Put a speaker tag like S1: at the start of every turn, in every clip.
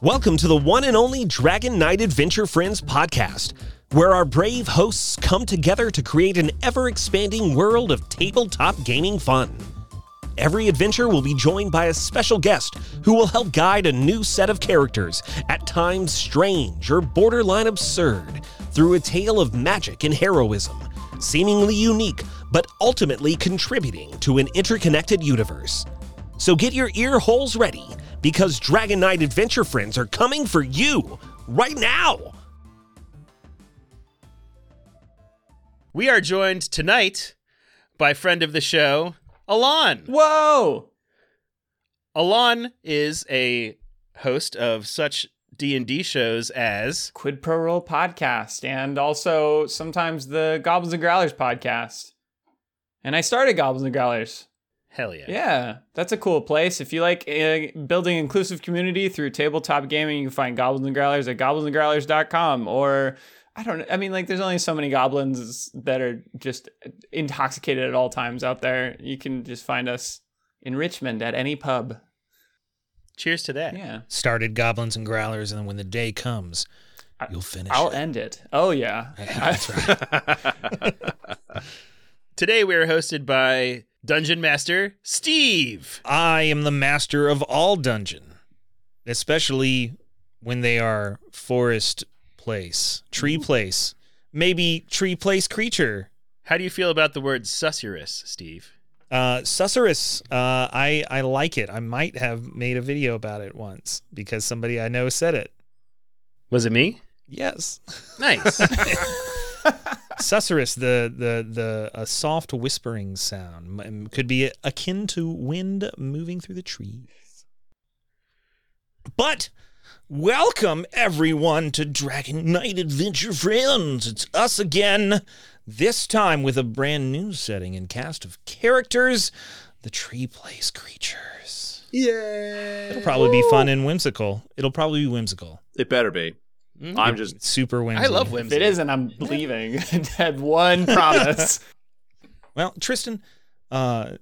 S1: Welcome to the one and only Dragon Knight Adventure Friends podcast, where our brave hosts come together to create an ever expanding world of tabletop gaming fun. Every adventure will be joined by a special guest who will help guide a new set of characters, at times strange or borderline absurd, through a tale of magic and heroism, seemingly unique, but ultimately contributing to an interconnected universe. So get your ear holes ready because Dragon Knight Adventure Friends are coming for you right now.
S2: We are joined tonight by friend of the show, Alon.
S3: Whoa!
S2: Alon is a host of such D&D shows as
S3: Quid Pro Roll podcast, and also sometimes the Goblins and Growlers podcast. And I started Goblins and Growlers.
S2: Hell yeah.
S3: Yeah, that's a cool place. If you like uh, building inclusive community through tabletop gaming, you can find Goblins and Growlers at goblinsandgrowlers.com or I don't I mean like there's only so many goblins that are just intoxicated at all times out there. You can just find us in Richmond at any pub.
S2: Cheers to that.
S3: Yeah.
S4: started goblins and growlers, and then when the day comes, you'll finish.
S3: I'll
S4: it.
S3: end it. Oh yeah.
S4: That's right.
S2: Today we are hosted by Dungeon Master Steve.
S4: I am the master of all dungeon, especially when they are forest place, tree place, maybe tree place creature.
S2: How do you feel about the word susurrus, Steve?
S4: Uh, Susurrus, uh, I I like it. I might have made a video about it once because somebody I know said it.
S2: Was it me?
S4: Yes,
S2: Nice.
S4: Susurrus, the the the a soft whispering sound m- could be akin to wind moving through the trees. But welcome everyone to Dragon Knight Adventure Friends. It's us again, this time with a brand new setting and cast of characters, the Tree Place creatures. Yeah. It'll probably be fun and whimsical. It'll probably be whimsical.
S5: It better be.
S2: Mm-hmm.
S5: I'm just
S4: Super
S2: I
S4: whimsical.
S2: love
S3: If
S2: whimsy.
S3: it isn't, I'm leaving. It had one promise.
S4: Well, Tristan, uh,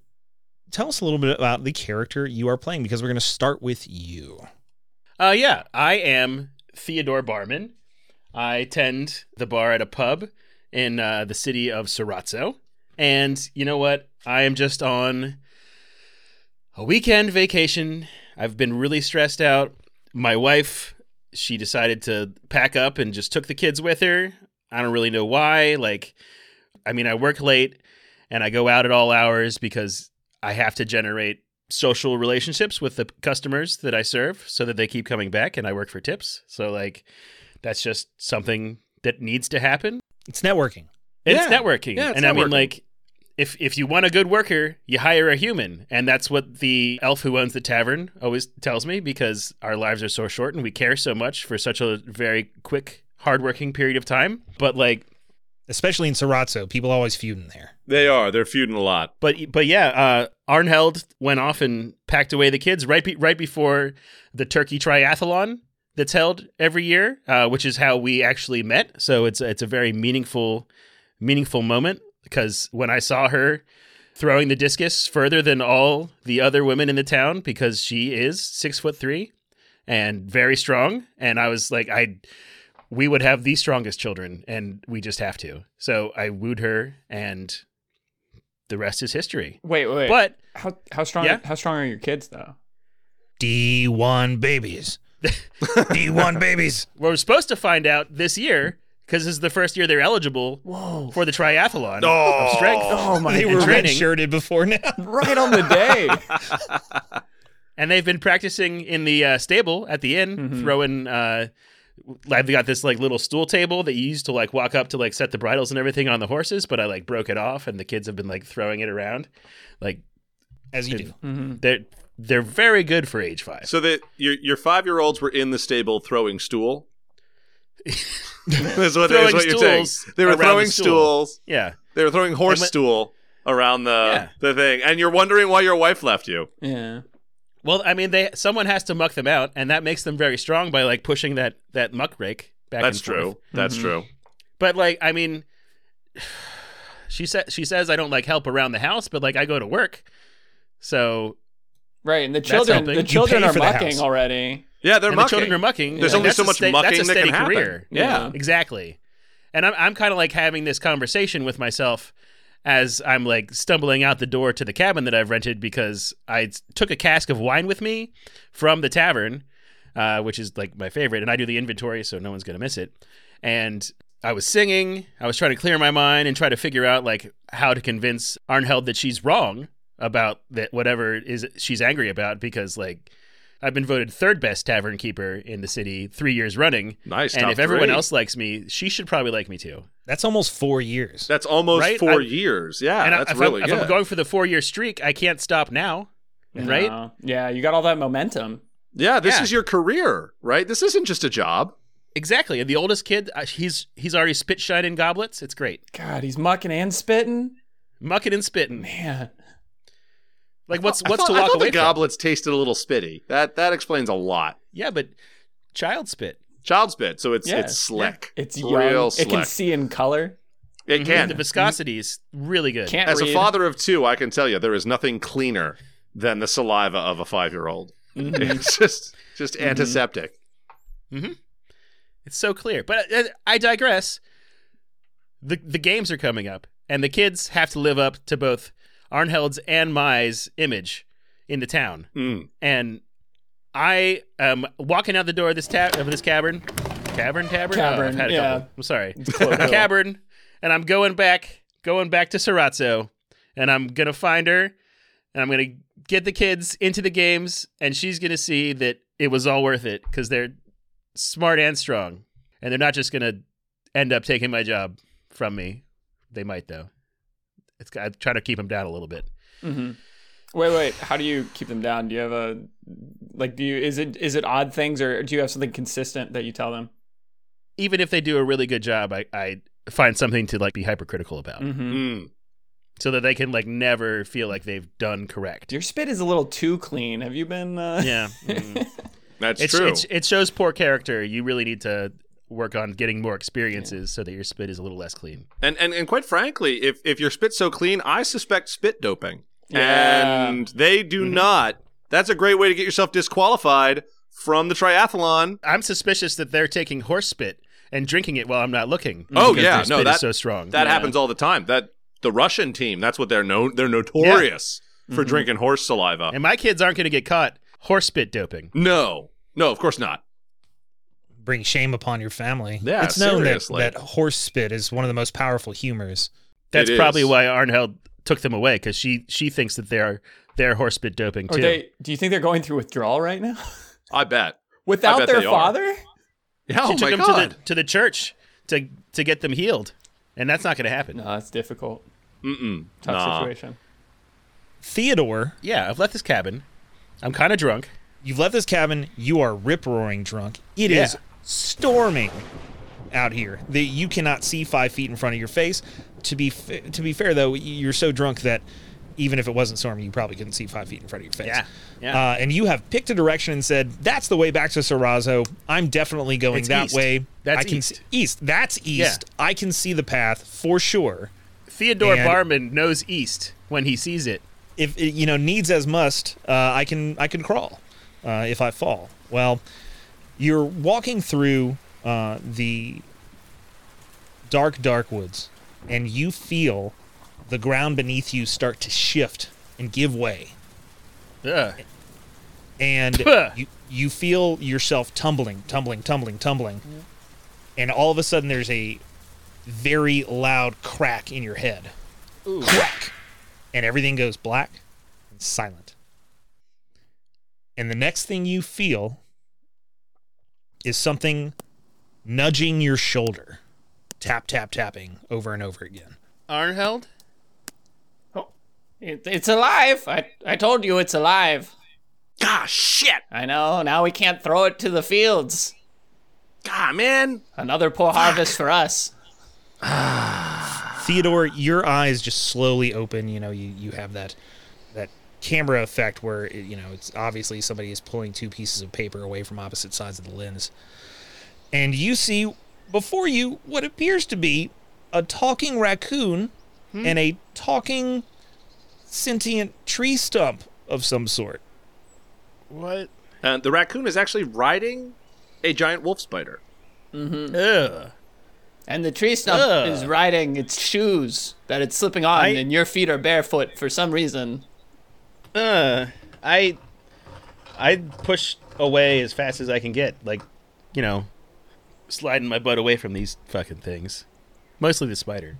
S4: tell us a little bit about the character you are playing because we're going to start with you.
S2: Uh, yeah, I am Theodore Barman. I tend the bar at a pub in uh, the city of Sorazzo. And you know what? I am just on a weekend vacation. I've been really stressed out. My wife, she decided to pack up and just took the kids with her. I don't really know why. Like, I mean, I work late and I go out at all hours because I have to generate social relationships with the customers that I serve so that they keep coming back and I work for tips. So like that's just something that needs to happen.
S4: It's networking.
S2: It's
S5: Yeah.
S2: networking.
S5: Yeah, it's
S2: and I mean
S5: networking.
S2: like if if you want a good worker, you hire a human. And that's what the elf who owns the tavern always tells me because our lives are so short and we care so much for such a very quick hardworking period of time. But like
S4: Especially in Sorazzo, people always feuding there.
S5: They are. They're feuding a lot.
S2: But but yeah, uh, Arnheld went off and packed away the kids right be- right before the Turkey Triathlon that's held every year, uh, which is how we actually met. So it's it's a very meaningful meaningful moment because when I saw her throwing the discus further than all the other women in the town because she is six foot three and very strong, and I was like I. We would have the strongest children, and we just have to. So I wooed her, and the rest is history.
S3: Wait, wait.
S2: But
S3: how how strong
S2: Yeah.
S3: how strong are your kids though?
S4: D1 babies. D1 babies.
S2: we're supposed to find out this year because this is the first year they're eligible for the triathlon of strength.
S3: Oh my
S4: They were red
S2: training.
S4: shirted before now.
S3: Right on the day.
S2: And they've been practicing in the uh, stable at the inn,
S3: Mm-hmm.
S2: throwing. Uh, I've got this like little stool table that you use to like walk up to like set the bridles and everything on the horses, but I like broke it off, and the kids have been like throwing it around. Like
S4: As you
S5: Hmm.
S4: do.
S3: Mm-hmm.
S2: they're they're very good for age five.
S5: So that your your five year olds were in the stable throwing stool. That's
S2: Throwing
S5: what, that's what you're saying.
S2: stools
S5: They were
S2: around the
S5: throwing
S2: stool.
S5: stools.
S2: yeah,
S5: They were throwing horse
S2: And when-
S5: stool around the the thing, and you're wondering why your wife left you.
S3: yeah.
S2: Well, I mean, they someone has to muck them out, and that makes them very strong by like pushing that that muck rake back. and
S5: That's
S2: forth. Mm-hmm.
S5: true. That's true.
S2: But like, I mean, she said she says I don't like help around the house, but like I go to work, so
S3: Right, and the children
S2: helping.
S3: the
S2: You
S3: children
S4: pay
S3: are
S4: for the
S3: mucking
S4: house.
S3: already.
S5: Yeah, they're
S2: and the
S5: mucking.
S2: children are mucking.
S5: There's
S2: like,
S5: only
S2: that's
S5: so
S2: a
S5: much
S2: sta-
S5: mucking
S2: that's a
S5: that can
S2: steady
S5: happen.
S2: career.
S3: Yeah.
S2: exactly. And I'm I'm kind of like having this conversation with myself as I'm like stumbling out the door to the cabin that I've rented because I s- took a cask of wine with me from the tavern, uh, which is like my favorite, and I do the inventory, so no one's gonna miss it. And I was singing. I was trying to clear my mind and try to figure out like how to convince Arnheld that she's wrong about that whatever it is she's angry about because like I've been voted third best tavern keeper in the city three years running.
S5: Nice,
S2: And
S5: top
S2: if everyone
S5: three.
S2: else likes me, she should probably like me too.
S1: That's almost four years.
S5: That's almost
S2: Right?
S5: 4
S2: I-
S5: years. Yeah,
S2: and I-
S5: Ah, that's
S2: if,
S5: really
S2: I'm,
S5: good.
S2: if I'm going for the four year streak, I can't stop now. Right?
S3: No. Yeah, you got all that momentum.
S5: yeah, this
S2: Yeah.
S5: is your career, right? This isn't just a job.
S2: Exactly. And the oldest kid, uh, he's he's already spit shining goblets. It's great.
S3: God, he's mucking and spitting.
S2: Mucking and spitting.
S3: Man,
S2: Like what's
S5: I
S2: what's
S5: thought,
S2: to
S5: I
S2: walk
S5: thought
S2: away
S5: the
S2: from?
S5: goblets tasted a little spitty. That that explains a lot.
S2: Yeah, but child spit.
S5: Child spit, so it's
S3: Yeah,
S5: it's slick.
S3: it's young.
S5: real
S3: It
S5: slick.
S3: can see in color.
S5: It can.
S2: The viscosity is really good.
S3: Can't
S5: As a
S3: read.
S5: father of two, I can tell you there is nothing cleaner than the saliva of a five-year-old.
S3: Mm-hmm. Mm.
S5: It's just just antiseptic.
S2: It's so clear. But uh, I digress. The the games are coming up, and the kids have to live up to both Arnheld's and Mai's image in the town.
S5: Mm.
S2: And I am walking out the door of this ta- of this cavern, cavern, tavern. Oh,
S3: Cavern,
S2: I've had a
S3: yeah. Oh,
S2: couple. I'm sorry,
S3: colloquial.
S2: cavern. And I'm going back, going back to Sorazzo, and I'm gonna find her, and I'm gonna get the kids into the games, and she's gonna see that it was all worth it because they're smart and strong, and they're not just gonna end up taking my job from me. They might though. It's I try to keep them down a little bit.
S3: Mhm. Wait, wait. How do you keep them down? Do you have a like? Do you is it is it odd things or do you have something consistent that you tell them?
S2: Even if they do a really good job, I, I find something to like be hypercritical about.
S3: Mm-hmm.
S5: Mm.
S2: so that they can like never feel like they've done correct.
S3: Your spit is a little too clean. Have you been? Uh...
S2: Yeah,
S5: That's
S2: it's,
S5: true.
S2: it's it shows poor character. You really need to work on getting more experiences so that your spit is a little less clean.
S5: And, and and quite frankly, if if your spit's so clean, I suspect spit doping.
S3: Yeah. Mm-hmm.
S5: And they do not. That's a great way to get yourself disqualified from the triathlon.
S2: I'm suspicious that they're taking horse spit and drinking it while I'm not looking.
S5: Oh,
S2: because
S5: yeah.
S2: their
S5: No,
S2: spit is
S5: that-
S2: so strong.
S5: That happens all the time. That the Russian team, that's what they're known they're notorious
S3: Mm-hmm.
S5: for drinking horse saliva.
S2: and my kids aren't going to get caught horse spit doping.
S5: No. No, of course not.
S4: Bring shame upon your family.
S5: Yeah,
S4: it's known that,
S5: seriously.
S4: that horse spit is one of the most powerful humors.
S2: That's
S5: It is.
S2: probably why Arnheld took them away because she she thinks that they're they're horse spit doping
S3: Or
S2: too.
S3: they? Do you think they're going through withdrawal right now
S5: I bet.
S3: without
S5: bet
S3: their
S5: they are.
S3: father?
S5: Yeah,
S2: she
S5: oh
S2: took
S5: my
S2: them
S5: god.
S2: to the to the church to to get them healed, and that's not going to happen.
S3: No, that's difficult.
S5: Mm-mm.
S3: Tough
S5: Nah.
S3: situation.
S4: Theodore,
S2: Yeah, I've left this cabin. I'm kind of drunk.
S4: you've left this cabin. You are rip roaring drunk. It is
S2: Yeah.
S4: storming out here. The, you cannot see five feet in front of your face. To be f- to be fair though, you're so drunk that even if it wasn't storming, you probably couldn't see five feet in front of your face.
S2: Yeah, yeah.
S4: Uh, and you have picked a direction and said, "That's the way back to Sorazo. I'm definitely going
S2: It's
S4: that
S2: east.
S4: way.
S2: That's
S4: I can
S2: east.
S4: s- east. That's east. I can see the path for sure."
S2: Theodore
S4: And-
S2: Barman knows east when he sees it.
S4: if it, you know needs as must, uh, I can I can crawl uh, if I fall. Well, you're walking through uh, the dark dark woods, and you feel the ground beneath you start to shift and give way,
S2: Ugh.
S4: and
S2: Puh.
S4: you you feel yourself tumbling, tumbling, tumbling, tumbling, and all of a sudden there's a very loud crack in your head, crack, and everything goes black and silent. And the next thing you feel is something nudging your shoulder, tap tap tapping over and over again.
S2: Arnheld?
S3: Oh, it, it's alive. I I told you it's alive.
S5: God shit.
S3: I know. Now we can't throw it to the fields.
S5: God man.
S3: Another poor harvest for us.
S4: Theodore, your eyes just slowly open. You know, you, you have that that camera effect where it, you know it's obviously somebody is pulling two pieces of paper away from opposite sides of the lens, and you see before you what appears to be a talking raccoon
S5: Hmm.
S4: and a talking sentient tree stump of some sort.
S2: What?
S5: Uh, the raccoon is actually riding a giant wolf spider.
S2: Ugh.
S6: And the tree stump
S2: Ugh.
S6: is riding its shoes that it's slipping on,
S2: I-
S6: and your feet are barefoot for some reason.
S2: Uh, I I push away as fast as I can get, like, you know, sliding my butt away from these fucking things. Mostly the spider.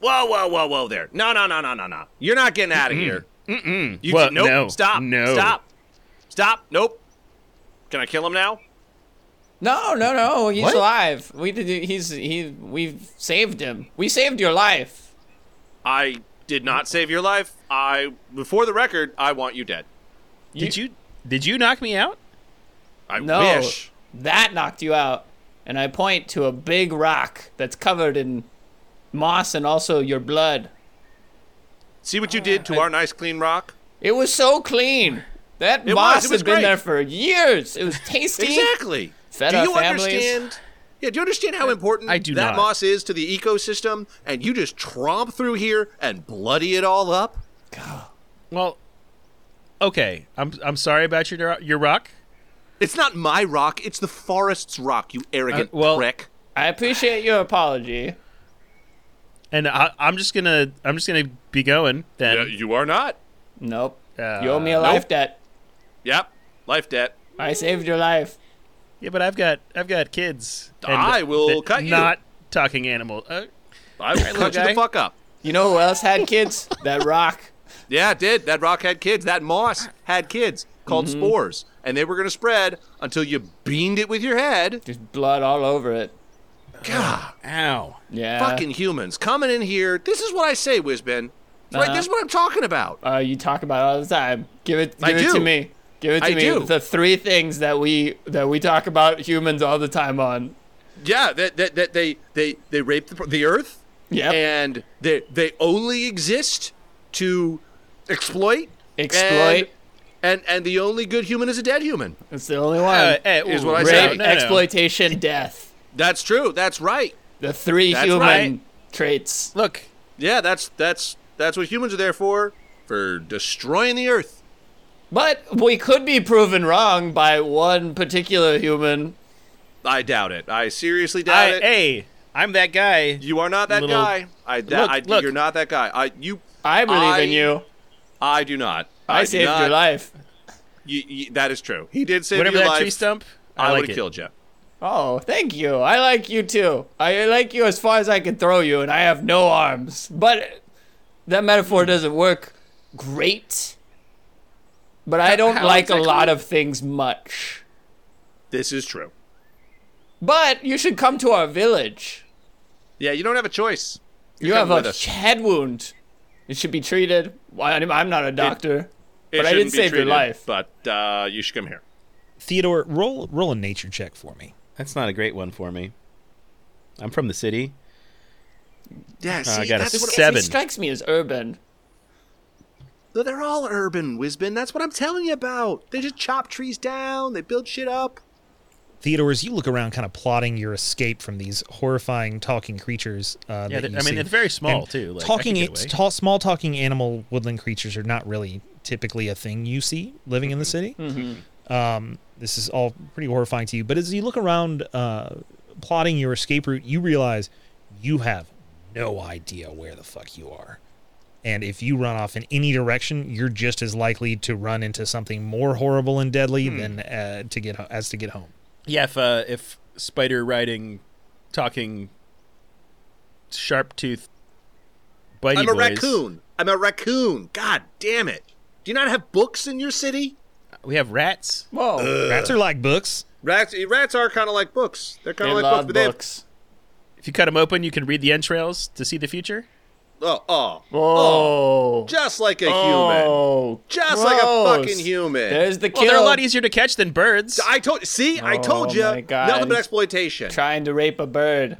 S5: Whoa, whoa, whoa, whoa! There, no, no, no, no, no, no! You're not getting out of here. Mm-mm. You
S2: Well,
S5: nope.
S2: no.
S5: Stop.
S2: No.
S5: Stop. Stop. Nope. Can I kill him now?
S6: No, no, no. He's
S2: What?
S6: alive. We did. He's he. We've saved him. We saved your life.
S5: I did not save your life. I, before the record, I want you dead.
S2: Did you did you knock me out?
S5: I
S6: No,
S5: wish.
S6: that knocked you out. And I point to a big rock that's covered in moss and also your blood.
S5: See what you did to our nice clean rock.
S6: It was so clean. That
S5: It
S6: moss
S5: was, it was
S6: had been
S5: great.
S6: there for years. It was tasty.
S5: Exactly.
S6: Fed
S5: do
S6: our
S5: you
S6: families.
S5: understand? Yeah, do you understand how important
S2: I do not.
S5: that moss is to the ecosystem? And you just tromp through here and bloody it all up?
S2: Well, okay. I'm I'm sorry about your your rock.
S5: It's not my rock, it's the forest's rock, you arrogant
S2: Uh, well-
S5: prick.
S6: I appreciate your apology.
S2: And I, I'm just gonna I'm just gonna be going then.
S5: you are not.
S6: Nope.
S2: Uh,
S6: you owe me a life
S5: nope.
S6: debt.
S5: Yep. Life debt.
S6: I saved your life.
S2: Yeah, but I've got I've got kids.
S5: I will
S2: th-
S5: cut you.
S2: Not talking animal. Uh,
S5: I will
S2: little
S5: cut you the
S2: guy.
S5: fuck up.
S6: You know who else had kids? that rock.
S5: Yeah, it did. That rock had kids. That moss had kids called
S2: Mm-hmm.
S5: spores. And they were going to spread until you beamed it with your head.
S6: Just blood all over it.
S5: God.
S2: ow.
S6: Yeah.
S5: Fucking humans coming in here. This is what I say, Wisbin. Right,
S6: Uh-huh.
S5: this is what I'm talking about.
S6: Uh, you talk about it all the time. Give it, give
S5: I
S6: it
S5: do.
S6: to me. Give it to
S5: I
S6: me.
S5: do.
S6: The three things that we that we talk about humans all the time on.
S5: Yeah, that that, that they they they rape the, the earth,
S6: Yep.
S5: and they they only exist to exploit,
S6: Exploit.
S5: and and, and the only good human is a dead human.
S6: That's the only one.
S2: Uh, eh,
S5: Here's
S2: ooh,
S5: what I
S2: no,
S5: said.
S6: Rape,
S2: no, no.
S6: exploitation, death.
S5: That's true. That's right.
S6: The three
S5: That's
S6: human
S5: right.
S6: traits.
S2: Look,
S5: Yeah, that's that's that's what humans are there for for destroying the earth.
S6: But we could be proven wrong by one particular human.
S5: I doubt it. I seriously doubt
S2: I,
S5: it.
S2: hey, I'm that guy.
S5: you are not that
S2: Little-
S5: guy. I dou-
S2: Look,
S5: I, do-
S2: look.
S5: You're not that guy. I you.
S6: I believe
S5: I-
S6: in you.
S5: I do not.
S6: I,
S5: do
S6: saved your
S5: not.
S6: life.
S5: You, you, that is true. He did save
S2: Whatever
S5: your
S2: that
S5: life.
S2: tree stump, I,
S5: I,
S2: like
S5: would
S2: it.
S5: have killed you.
S6: Oh, thank you. I like you too. I like you as far as I can throw you, and I have no arms. But that metaphor doesn't work great. But I don't
S5: how
S6: like a
S5: exactly-
S6: lot of things much.
S5: This is true.
S6: But you should come to our village.
S5: Yeah, you don't have a choice.
S6: you have
S5: coming
S6: a
S5: with us.
S6: head wound. It should be treated. Why- I'm not a doctor.
S5: It
S6: But I
S5: shouldn't
S6: did
S5: be
S6: save your
S5: treated,
S6: life.
S5: But uh, you should come here.
S4: Theodore, roll roll a nature check for me.
S2: That's not a great one for me. I'm from the city.
S5: Yeah,
S2: Uh,
S5: see,
S2: I got a
S5: that's what,
S2: seven.
S6: It strikes me as urban.
S5: they're all urban, Wisbin. That's what I'm telling you about. They just chop trees down. They build shit up.
S4: Theodore, as you look around, kind of plotting your escape from these horrifying talking creatures. Uh,
S2: Yeah,
S4: that
S2: they-
S4: you
S2: I mean,
S4: see.
S2: they're very small,
S4: And
S2: too. Like, I
S4: talking,
S2: could get away.
S4: tall, small talking animal woodland creatures are not really typically a thing you see living
S2: Mm-hmm.
S4: in the city. Um, this is all pretty horrifying to you. But as you look around, uh, plotting your escape route, you realize you have no idea where the fuck you are. And if you run off in any direction, you're just as likely to run into something more horrible and deadly
S2: Hmm.
S4: than uh, to get ho- as to get home.
S2: Yeah, if uh, if spider riding, talking, sharp tooth, bitey
S5: I'm a
S2: boys-
S5: raccoon. I'm a raccoon. God damn it. Do you not have books in your city?
S2: We have rats.
S6: Whoa.
S4: Rats are like books.
S5: Rats eh, rats are kind of like books. They're
S6: they
S5: kind of like
S6: love
S5: books. But they have,
S6: books.
S2: If you cut them open, you can read the entrails to see the future.
S5: oh, oh,
S6: Whoa.
S5: just like a human.
S6: Oh,
S5: Just like a
S6: gross.
S5: fucking human.
S6: There's the kill.
S2: Well, they're a lot easier to catch than birds.
S5: I told see, I
S6: Oh
S5: told you.
S6: my God.
S5: Nothing but exploitation.
S6: trying to rape a bird.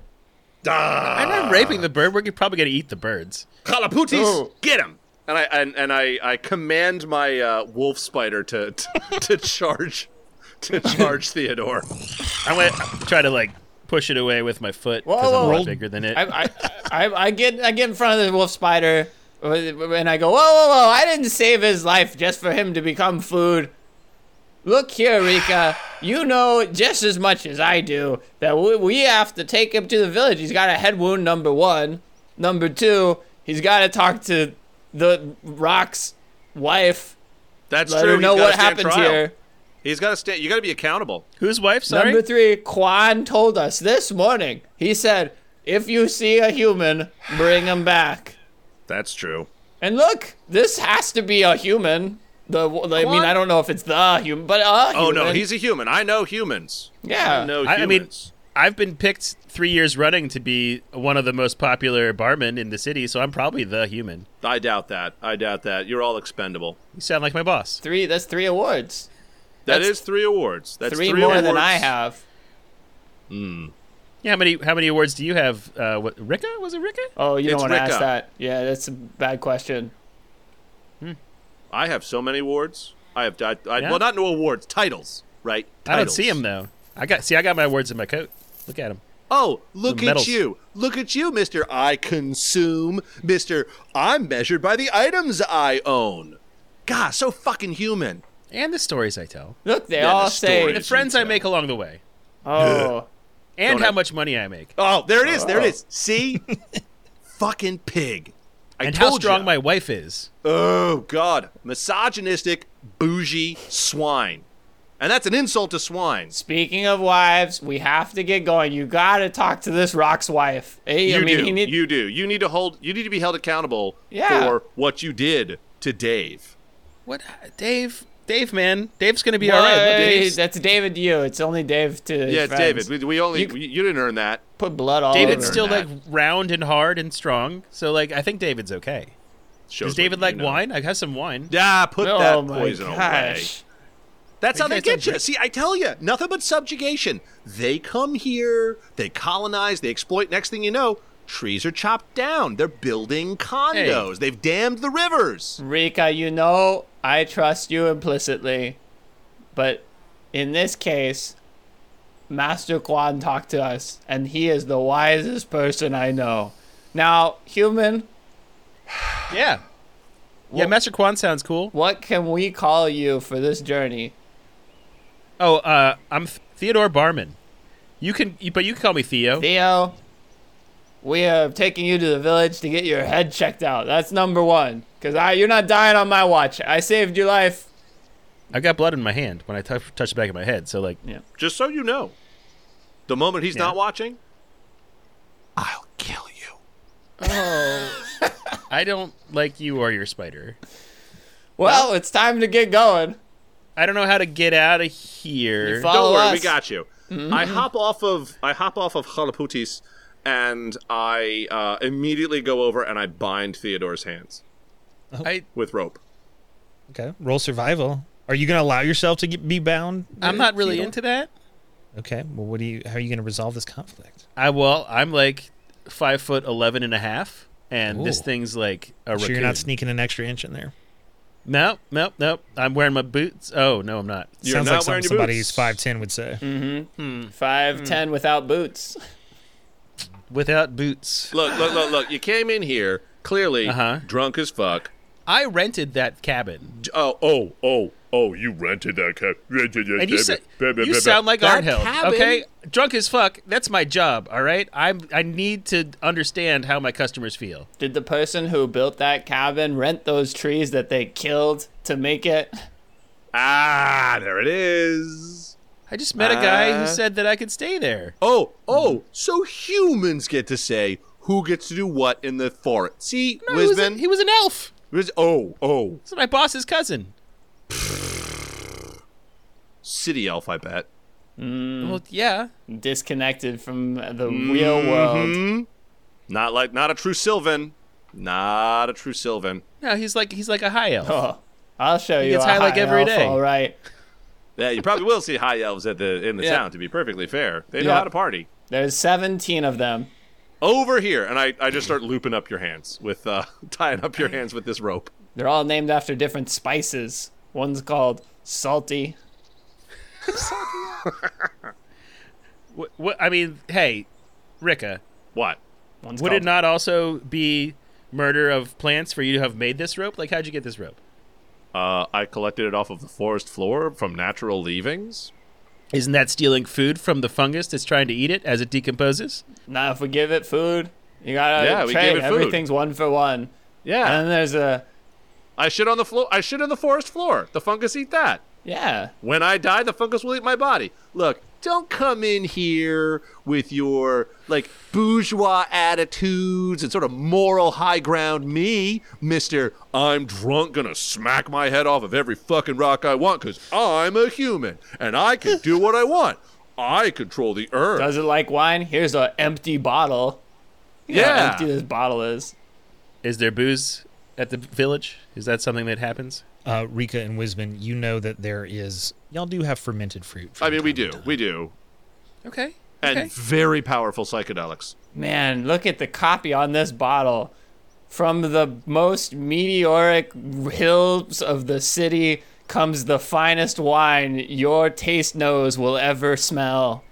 S2: I'm not raping the bird. We're probably gonna eat the birds.
S5: Kalaputis,
S6: Oh.
S5: get him! And I and, and I, I command my uh, wolf spider to, to to charge to charge Theodore.
S2: I'm gonna try to like push it away with my foot
S6: Whoa,
S2: because I'm a
S6: whoa,
S2: lot
S6: whoa.
S2: bigger than it.
S6: I, I, I, I get I get in front of the wolf spider, and I go, whoa, whoa, whoa! I didn't save his life just for him to become food. Look here, Rika. You know just as much as I do that we, we have to take him to the village. He's got a head wound, number one. Number two, he's got to talk to the Rock's wife.
S5: That's
S6: Let
S5: true.
S6: her
S5: He's
S6: know
S5: gotta
S6: what
S5: stand
S6: happened
S5: trial.
S6: here.
S5: He's got to stand. You got to be accountable.
S2: Whose wife? Sorry.
S6: Number three, Quan told us this morning. He said, if you see a human, bring him back.
S5: That's true.
S6: And look, this has to be a human. The, the I mean,
S5: Quan?
S6: I don't know if it's the human, but a
S5: Oh no,
S6: human.
S5: he's a human. I know humans.
S6: yeah.
S5: I know
S2: I-
S5: humans.
S2: I mean- I've been picked three years running to be one of the most popular barmen in the city, so I'm probably the human.
S5: I doubt that. I doubt that. You're all expendable.
S2: You sound like my boss.
S6: Three. That's three awards.
S5: That's,
S6: That's
S5: three awards. That's
S6: three,
S5: three,
S6: more
S5: awards.
S6: than I have.
S2: Yeah, how many how many awards do you have? Uh, what Rika was it? Rika?
S6: Oh, you
S5: It's
S6: don't want to
S5: Ricca.
S6: ask that. Yeah, that's a bad question.
S5: I have so many awards. I have died. I,
S2: Yeah.
S5: Well, not no awards. Titles, right?
S2: I don't
S5: Titles.
S2: see him though. I got see, I got my awards in my coat. Look at him.
S5: Oh, look
S2: The
S5: at
S2: medals.
S5: you. Look at you, Mr. I consume. Mr. I'm measured by the items I own. God, so fucking human.
S2: And the stories I tell,
S6: Look, they
S5: Yeah,
S6: all
S5: the
S6: say,
S5: stories.
S2: the
S5: Yes,
S2: friends
S5: you
S2: I
S5: tell.
S2: make along the way,
S6: "Oh,
S2: and
S5: Don't
S2: how
S5: have-
S2: much money I make,
S5: Oh, there it is. There it is. See? fucking pig. I
S2: and how
S5: told
S2: strong
S5: ya.
S2: my wife is.
S5: Oh god, misogynistic, bougie swine. And that's an insult to swine.
S6: speaking of wives, we have to get going. You gotta talk to this Rock's wife. Hey,
S5: You
S6: I mean,
S5: do.
S6: he need-
S5: you do. You need to hold you need to be held accountable
S6: Yeah.
S5: for what you did to Dave.
S2: What, Dave? Dave, man, Dave's gonna be
S6: Well,
S2: all right. Look,
S6: hey,
S2: Dave's-
S6: that's David. to You. It's only Dave to. his
S5: Yeah, it's
S6: friends.
S5: David. We, we only
S6: You-
S5: you, you didn't earn that.
S6: Put blood all
S2: David's
S5: David's
S6: over.
S2: still
S5: that.
S2: like round and hard and strong, so like I think David's okay.
S5: Shows
S2: Does
S5: what
S2: David
S5: you
S2: like
S5: know.
S2: wine? I have some wine.
S5: Yeah, put
S6: oh
S5: that
S6: my
S5: poison away.
S6: gosh.
S5: That's how
S2: They
S5: they
S2: can't
S5: get you.
S2: drink.
S5: See, I tell you, nothing but subjugation. They come here, they colonize, they exploit. Next thing you know, trees are chopped down. They're building condos. They've dammed the rivers.
S6: Rika, you know I trust you implicitly, but in this case, Master Quan talked to us, and he is the wisest person I know. Now, human,
S2: Yeah. yeah, Master Quan sounds cool.
S6: what can we call you for this journey?
S2: Oh, uh, I'm Th- Theodore Barman. You can, you, but you can call me Theo.
S6: Theo, we are taking you to the village to get your head checked out. That's number one, because I you're not dying on my watch. I saved your life.
S2: I've got blood in my hand when I tou- touch the back of my head. So like,
S5: Just so you know, the moment he's
S2: Yeah.
S5: not watching, I'll kill you.
S2: I don't like you or your spider.
S6: Well, it's time to get going.
S2: I don't know how to get out of here.
S6: You follow
S5: Don't worry,
S6: us.
S5: we got you.
S2: Mm-hmm.
S5: I hop off of I hop off of Jalaputis, and I uh, immediately go over and I bind Theodore's hands
S2: I,
S5: with rope.
S4: Okay. Roll survival. Are you going to allow yourself to get, be bound?
S5: Oh,
S2: I'm not really into that.
S4: Okay. Well, what do you? How are you going to resolve this conflict?
S2: I well, I'm like five foot eleven and a half, and this
S4: Ooh.
S2: thing's like a
S4: Sure,
S2: raccoon.
S4: you're not sneaking an extra inch in there.
S2: No, no, no. I'm wearing my boots. Oh no, I'm not.
S5: You're
S4: Sounds
S5: not
S4: like
S5: wearing
S4: something
S5: your
S4: somebody who's
S5: boots. Mm.
S4: five ten would say.
S6: Five ten without boots.
S2: Without boots.
S5: Look, look, look, look! You came in here clearly
S2: Uh-huh.
S5: drunk as fuck.
S2: I rented that cabin,
S5: Oh, oh, oh, oh! You
S7: rented that cab. Rented that
S2: and you,
S7: cab.
S2: sa-
S7: Bah, bah, bah,
S2: you
S7: bah.
S2: sound like
S5: That
S2: Arnheld.
S5: cabin-
S2: Okay, drunk as fuck. That's my job. All right, I'm. I need to understand how my customers feel.
S6: Did the person who built that cabin rent those trees that they killed to make it?
S5: ah, there it is.
S2: I just met a guy
S5: Uh.
S2: who said that I could stay there.
S5: Oh, oh!
S2: Mm-hmm.
S5: So humans get to say who gets to do what in the forest. See,
S2: No, he was, a-
S5: Lisbon.
S2: he was an elf.
S5: Lis- oh, oh,
S2: He's my boss's cousin.
S5: city elf, I bet. Hmm.
S2: Well, yeah.
S6: Disconnected from the real world.
S5: Not like, not a true Sylvan. Not a true Sylvan.
S2: No, he's like he's like a high elf.
S6: Oh, I'll show you.
S2: gets
S6: a
S2: high like every
S6: elf,
S2: day.
S6: All right.
S5: Yeah, you probably will see high elves at the in the
S6: Yeah.
S5: town. To be perfectly fair, they know
S6: Yeah.
S5: how to party.
S6: There's 17 of them.
S5: Over here, and I, I just start looping up your hands with uh, tying up your hands with this rope.
S6: They're all named after different spices. One's called salty.
S2: What, what, I mean, hey, Rika,
S5: What?
S6: One's
S2: would
S6: called
S2: it not also be murder of plants for you to have made this rope? Like, how'd you get this rope?
S5: Uh, I collected it off of the forest floor from natural leavings.
S2: Isn't that stealing food from the fungus that's trying to eat it as it decomposes?
S6: Now, if we give it food, you gotta
S5: Yeah, we
S6: trade.
S5: gave it food.
S6: Everything's one for one.
S5: Yeah,
S6: And then there's a
S5: I shit on the floor. I shit on the forest floor. The fungus eat that.
S6: yeah.
S5: When I die, the fungus will eat my body. Look, don't come in here with your like bourgeois attitudes and sort of moral high ground me, Mister. I'm drunk, gonna smack my head off of every fucking rock I want because I'm a human and I can do what I want. I control the earth.
S6: Does it like wine? Here's an empty bottle. You know how
S5: yeah,
S6: empty this bottle is.
S2: Is there booze at the village? Is that something that happens?
S4: Uh, Rika and Wisman, you know that there is. Y'all do have fermented fruit.
S5: I mean we do, we do,
S2: Okay.
S5: and
S2: Okay.
S5: very powerful psychedelics.
S6: Man, look at the copy on this bottle. From the most meteoric hills of the city comes the finest wine your taste nose will ever smell.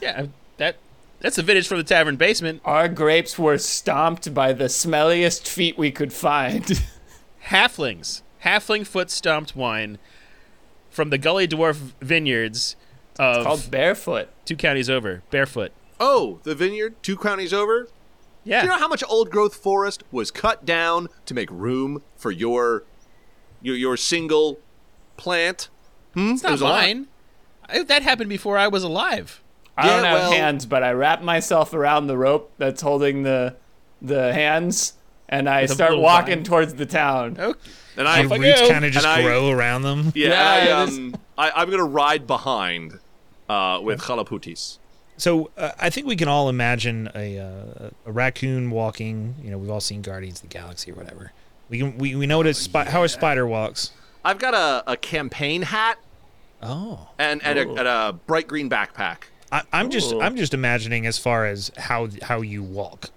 S2: Yeah, that that's a vintage from the tavern basement.
S6: Our grapes were stomped by the smelliest feet we could find.
S2: Halflings. Halfling foot stomped wine from the Gully Dwarf Vineyards of
S6: called barefoot.
S2: two counties over, barefoot.
S5: Oh, the vineyard, two counties over,
S2: Yeah.
S5: Do you know how much old growth forest was cut down to make room for your your your single plant? Hmm?
S2: it's not
S5: a lot.
S2: mine. I, that happened before I was alive.
S6: I don't
S5: Yeah,
S6: have
S5: well-
S6: hands, but I wrap myself around the rope that's holding the the hands, and I
S2: a
S6: start
S2: little
S6: walking
S2: vine.
S6: towards the town.
S2: Okay.
S5: And
S4: Your roots kind of just
S5: And I-
S4: grow around them.
S5: yeah, and
S6: Yeah,
S5: I,
S6: it is-
S5: um, I, I'm gonna ride behind uh, with jalaputis.
S4: So uh, I think we can all imagine a, uh, a raccoon walking. You know, we've all seen Guardians of the Galaxy or whatever. We can we, we know what a spi- how a spider walks.
S5: I've got a, a campaign hat
S4: Oh,
S5: and and a, and a bright green backpack.
S4: I, I'm just I'm just imagining as far as how how you walk,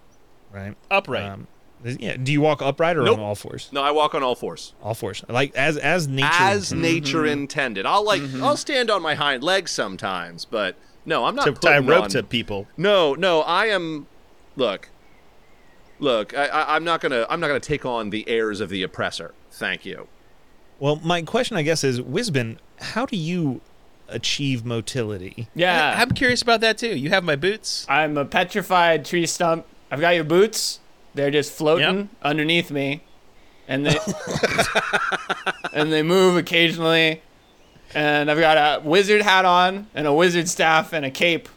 S4: right?
S2: Upright.
S4: Um, yeah. Do you walk upright or
S5: Nope.
S4: on all fours?
S5: No, I walk on all fours,
S4: All fours. Like as as nature. Mm-hmm.
S5: as nature intended. I'll like I'll stand on my hind legs sometimes, but no, I'm not
S2: to tie
S5: putting
S2: rope
S5: on-
S2: to people.
S5: No, no, I am. Look, look, I, I, I'm not gonna, I'm not gonna take on the airs of the oppressor. Thank you.
S4: well, my question I guess is, Wisbin, how do you achieve motility?
S6: Yeah,
S2: I, am curious about that too. You have my boots.
S6: I'm a petrified tree stump. I've got your boots. They're just floating underneath me. And they and they move occasionally. And I've got a wizard hat on and a wizard staff and a cape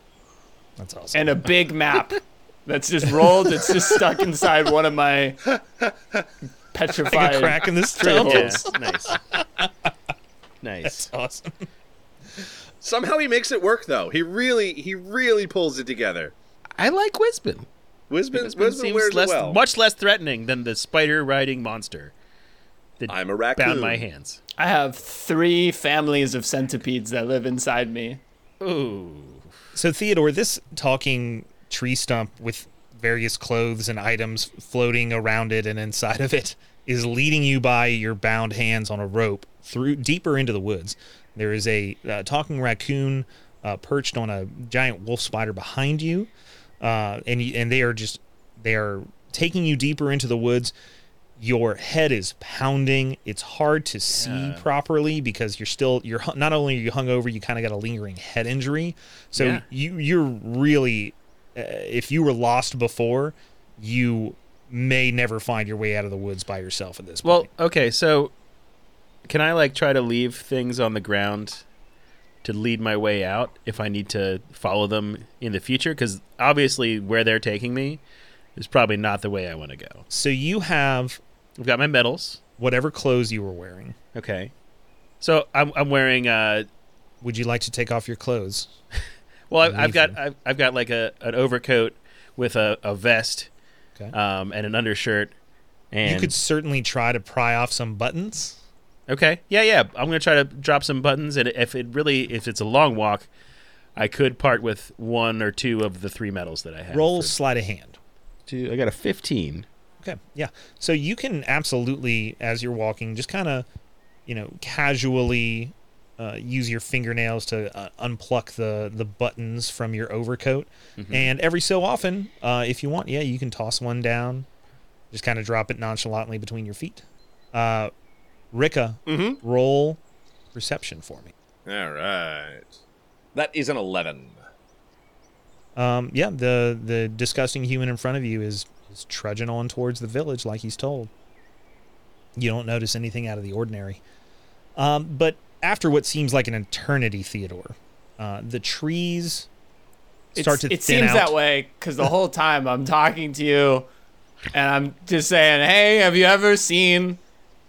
S4: That's awesome.
S6: and a big map that's just rolled. It's just stuck inside one of my petrified.
S4: a crack in the stump.
S2: Yeah, nice. Nice.
S4: Awesome.
S5: Somehow he makes it work, though. He really, he really pulls it together.
S2: I like Wisbin. Wisbin
S5: Wisbin, Wisbin wears
S2: seems
S5: it
S2: less,
S5: well.
S2: much less threatening than the spider riding monster that
S5: I'm a raccoon.
S2: bound my hands.
S6: I have three families of centipedes that live inside me.
S2: Ooh.
S4: So Theodore, this talking tree stump with various clothes and items floating around it and inside of it is leading you by your bound hands on a rope through deeper into the woods. There is a uh, talking raccoon uh, perched on a giant wolf spider behind you, uh, and you, and they are just they are taking you deeper into the woods. Your head is pounding. It's hard to see properly because you're still you're hu- not only are you hungover, you kind of got a lingering head injury. So
S2: Yeah.
S4: you you're really uh, if you were lost before, you may never find your way out of the woods by yourself at this
S2: Well,
S4: point.
S2: okay, so can I like try to leave things on the ground to lead my way out if I need to follow them in the future? Because obviously, where they're taking me is probably not the way I want to go.
S4: So you have
S2: I've got my medals.
S4: whatever clothes you were wearing.
S2: Okay, so I'm I'm wearing uh
S4: Would you like to take off your clothes?
S2: well I, I've got
S4: Amazing.
S2: I've, I've got like a an overcoat with a, a vest,
S4: Okay.
S2: um and an undershirt. And
S4: you could certainly try to pry off some buttons.
S2: Okay. Yeah, yeah. I'm gonna try to drop some buttons, and if it really, if it's a long walk, I could part with one or two of the three medals that I have.
S4: Roll
S2: for-
S4: sleight of hand.
S2: two. I got a 15.
S4: Okay. Yeah. So you can absolutely, as you're walking, just kind of, you know, casually uh, use your fingernails to uh, unpluck the the buttons from your overcoat, and every so often, uh, if you want, yeah, you can toss one down, just kind of drop it nonchalantly between your feet. Rika, roll perception for me.
S8: All right. That is an 11.
S4: Um, yeah, the the disgusting human in front of you is is trudging on towards the village like he's told. You don't notice anything out of the ordinary. Um, but after what seems like an eternity, Theodore, uh, the trees start to
S6: It's- it
S4: thin
S6: seems
S4: out.
S6: that way because the whole time I'm talking to you, and I'm just saying, "Hey, have you ever seen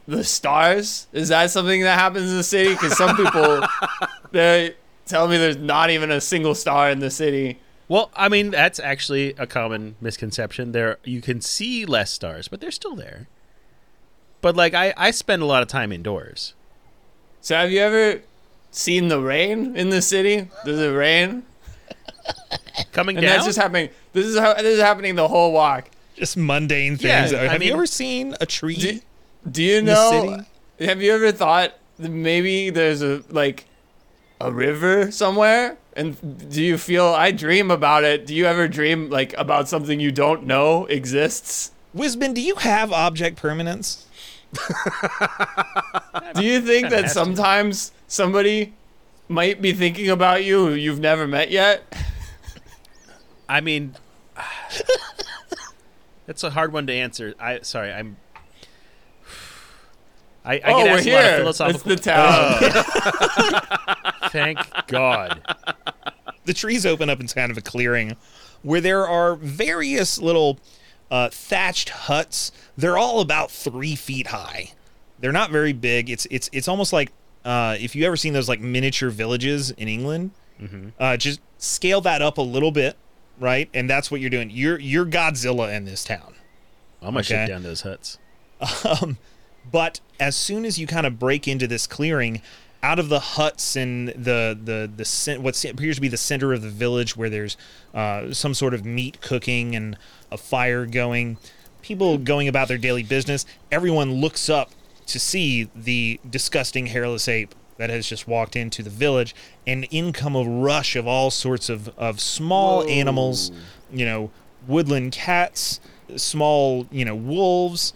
S6: the stars? Is that something that happens in the city? Because some people they tell me there's not even a single star in the city.
S2: Well, I mean, that's actually a common misconception. There, you can see less stars, but they're still there. But like, I I spend a lot of time indoors.
S6: So have you ever seen the rain in the city? Does it rain?
S2: Coming
S6: And
S2: down,
S6: that's just happening. This is how this is happening the whole walk.
S4: Just mundane
S2: Yeah,
S4: things.
S2: I
S4: Have
S2: mean-
S4: you ever seen a tree?
S6: Do, do
S4: the
S6: you know? Have you ever thought that maybe there's a like a river somewhere? And do you feel? I dream about it. Do you ever dream like about something you don't know exists?
S4: Wisbin, do you have object permanence?
S6: Do you think that
S2: has to.
S6: sometimes somebody might be thinking about you who you've never met yet?
S2: I mean, that's a hard one to answer. I sorry, I'm. I, I
S6: oh,
S2: get
S6: we're
S2: asked a lot of
S6: here. It's
S2: philosophical.
S6: the town.
S2: Thank God.
S4: the trees open up into kind of a clearing where there are various little uh, thatched huts. They're all about three feet high. They're not very big. It's it's it's almost like uh, if you ever seen those like miniature villages in England. Uh, just scale that up a little bit, right? And that's what you're doing. You're you're Godzilla in this town.
S2: I'm gonna
S4: Okay.
S2: shut down those huts.
S4: But as soon as you kind of break into this clearing, out of the huts and the the the cen- what se- appears to be the center of the village, where there's uh, some sort of meat cooking and a fire going, people going about their daily business. Everyone looks up to see the disgusting hairless ape that has just walked into the village, and in come a rush of all sorts of of small animals, you know, woodland cats, small you know wolves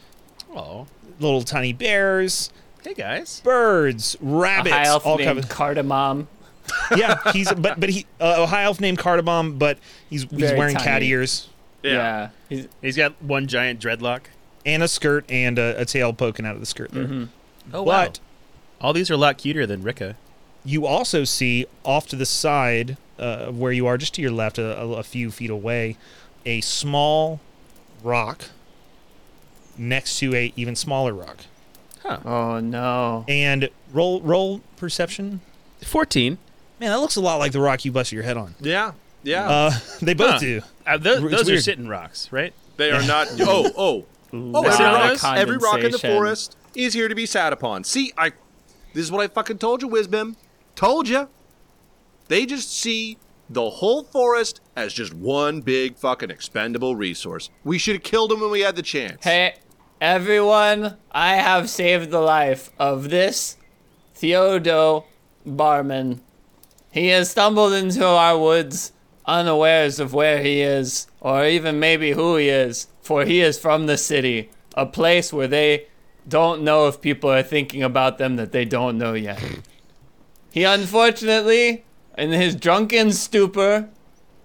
S2: Oh,
S4: little tiny bears,
S2: hey guys.
S4: birds, rabbits,
S6: High elf
S4: all
S6: named
S4: covered.
S6: Cardamom.
S4: yeah, he's but but he uh, a high elf named Cardamom, but he's he's
S6: Very
S4: wearing cat
S6: tiny.
S4: ears
S6: Yeah. He's-
S2: He's got one giant dreadlock.
S4: and a skirt and a, a tail poking out of the skirt there.
S6: Mm-hmm.
S2: Oh
S4: But
S2: All these are a lot cuter than Rika.
S4: you also see off to the side uh, of where you are, just to your left, a, a, a few feet away, a small rock next to a even smaller rock.
S6: oh no.
S4: And roll roll perception.
S2: Fourteen.
S4: Man, that looks a lot like the rock you busted your head on.
S5: Yeah. Yeah.
S4: Uh, they both
S2: Huh.
S4: do.
S2: Uh, those
S4: It's
S2: those are
S4: weird.
S2: sitting rocks, right?
S8: They are not.
S5: oh, oh. Oh,
S6: That's
S5: every
S6: not
S5: rock,
S6: a
S5: every rock in the
S6: condensation.
S5: forest is here to be sat upon. See, I this is what I fucking told you, Wisbim. Told you. They just see the whole forest as just one big fucking expendable resource. We should have killed them when we had the chance.
S6: Hey, everyone, I have saved the life of this Theodo Barman. He has stumbled into our woods unawares of where he is, or even maybe who he is, for he is from the city, a place where they don't know if people are thinking about them that they don't know yet. He unfortunately, in his drunken stupor,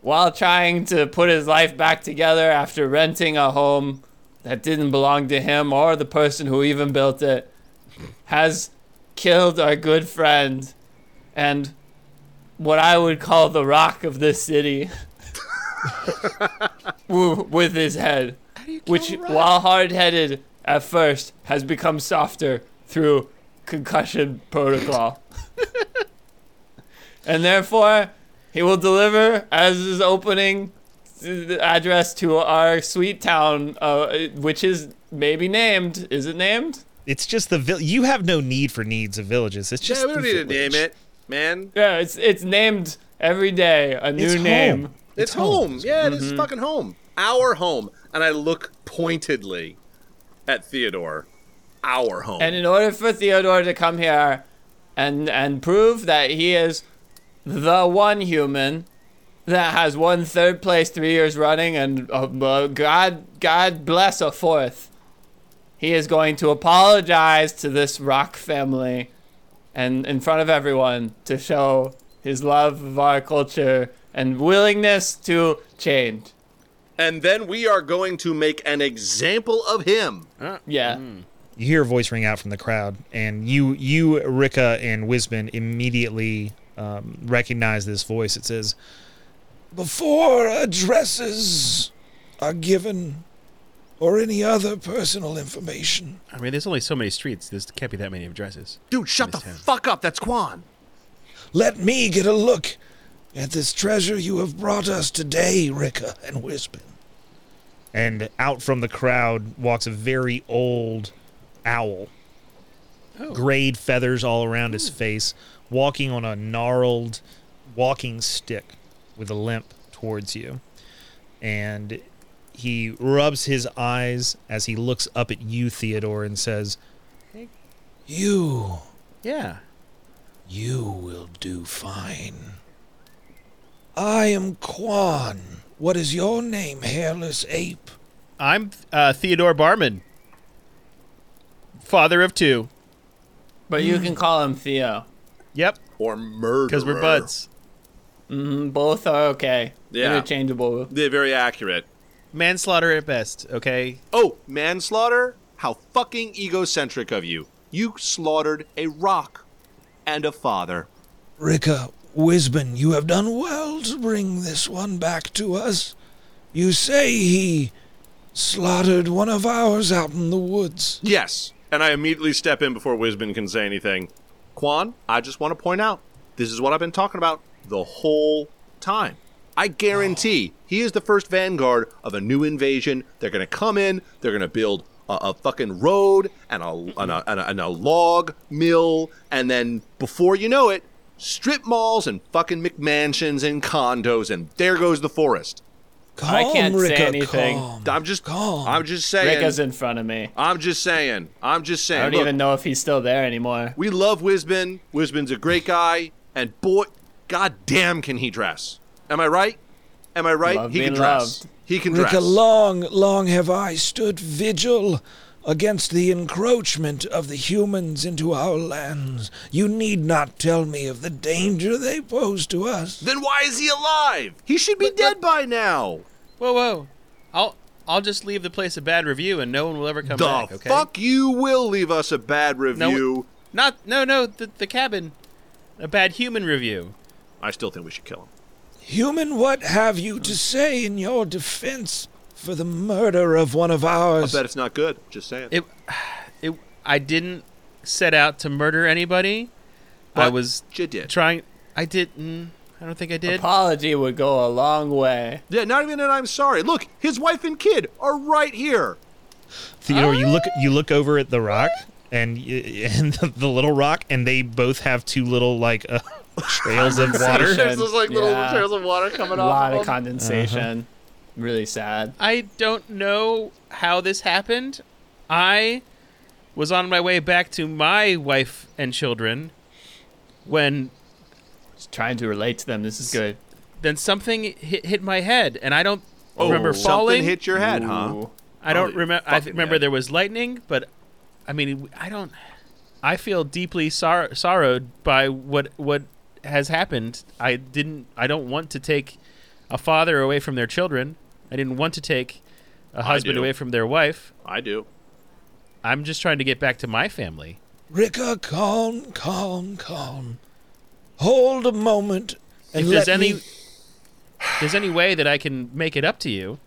S6: while trying to put his life back together after renting a home that didn't belong to him or the person who even built it has killed our good friend and what I would call the rock of this city w- with his head, which, while hard headed at first, has become softer through concussion protocol. and therefore, he will deliver as his opening the address to our sweet town, uh, which is maybe named. Is it named?
S4: It's just the vill You have no need for needs of villages. It's just
S5: yeah, we don't
S4: the
S5: need to
S4: village.
S5: name it, man.
S6: Yeah, it's it's named every day a new
S4: It's
S6: name.
S4: home.
S5: It's, home. Yeah, this
S6: Mm-hmm.
S5: is fucking home. Our home. And I look pointedly at Theodore. Our home.
S6: And in order for Theodore to come here and and prove that he is the one human that has won third place three years running and uh, uh, God God bless a fourth, He is going to apologize to this rock family and in front of everyone to show his love of our culture and willingness to change.
S5: And then we are going to make an example of him.
S6: Yeah.
S4: You hear a voice ring out from the crowd, and you, you, Rika, and Wisman immediately um, recognize this voice. It says,
S9: Before addresses are given or any other personal information,
S2: I mean, there's only so many streets. There's can't be that many addresses.
S5: Dude, shut the
S2: Miss Hannah.
S5: fuck up. That's Quan.
S9: let me get a look at this treasure you have brought us today, Rika and Wispin.
S4: and out from the crowd walks a very old owl. Grayed feathers all around his face, walking on a gnarled walking stick with a limp towards you. And he rubs his eyes as he looks up at you, Theodore, and says,
S9: You,
S2: Yeah.
S9: you will do fine. I am Quan. What is your name, hairless ape?
S2: I'm uh, Theodore Barman, father of two.
S6: But you can call him Theo.
S2: Yep,
S5: Or murder.
S2: because we're buds.
S6: Mm, Both are okay.
S5: Yeah.
S6: Interchangeable.
S5: They're very accurate.
S2: Manslaughter at best. Okay.
S5: Oh, manslaughter? How fucking egocentric of you. You slaughtered a rock and a father.
S9: Rika, Wisbon, you have done well to bring this one back to us. You say he slaughtered one of ours out in the woods.
S5: Yes. And I immediately step in before Wisman can say anything. Quan, I just want to point out this is what I've been talking about the whole time. I guarantee he is the first vanguard of a new invasion. They're going to come in, they're going to build a, a fucking road and a, and, a, and, a, and a log mill, and then before you know it, strip malls and fucking McMansions and condos, and there goes the forest.
S9: Calm,
S6: can't say
S9: Rika,
S6: anything.
S9: Calm.
S5: I'm just,
S9: Calm.
S5: I'm just saying.
S6: Rika's in front of me.
S5: I'm just saying. I'm just saying.
S6: I don't
S5: Look,
S6: even know if he's still there anymore.
S5: We love Wisbin. Wisbin's a great guy, and boy, goddamn, can he dress? Am I right? Am I right?
S6: Love
S5: he can
S6: being
S5: dress.
S6: loved.
S5: He can
S9: Rika,
S5: dress.
S9: long, long have I stood vigil against the encroachment of the humans into our lands. You need not tell me of the danger they pose to us.
S5: then why is he alive? He should be dead by now.
S2: Whoa, whoa. I'll I'll just leave the place a bad review, and no one will ever come
S5: The
S2: back. Okay.
S5: fuck you will leave us a bad review.
S2: Not no no the the cabin, a bad human review.
S5: I still think we should kill him.
S9: Human, what have you to say in your defense for the murder of one of
S5: I
S9: ours?
S5: bet it's not good. Just saying.
S2: It it I didn't set out to murder anybody. I
S5: But
S2: was
S5: you did.
S2: trying. I didn't. I don't think I did.
S6: Apology would go a long way.
S5: yeah, not even that I'm sorry. Look, his wife and kid are right here.
S4: Theodore, you look you look over at the rock and y- and the, the little rock, and they both have two little like uh, trails of water.
S6: Condensation. Yeah.
S5: of water coming
S6: A lot of condensation. Really sad.
S2: I don't know how this happened. I was on my way back to my wife and children when
S6: Just trying to relate to them. This is good.
S2: then something hit, hit my head and I don't
S5: oh,
S2: remember
S5: something
S2: falling.
S5: hit your head, huh?
S6: Ooh.
S2: I don't
S5: Oh,
S2: remember. I
S5: fucking
S2: remember
S5: man.
S2: there was lightning, but I mean, I don't. I feel deeply sor- sorrowed by what what has happened. I didn't. I don't want to take a father away from their children. I didn't want to take a husband
S5: do.
S2: away from their wife.
S5: I do.
S2: I'm just trying to get back to my family.
S9: Rika, calm, calm, calm. Hold a moment and
S2: If
S9: let
S2: there's any,
S9: me
S2: if there's any way that I can make it up to you,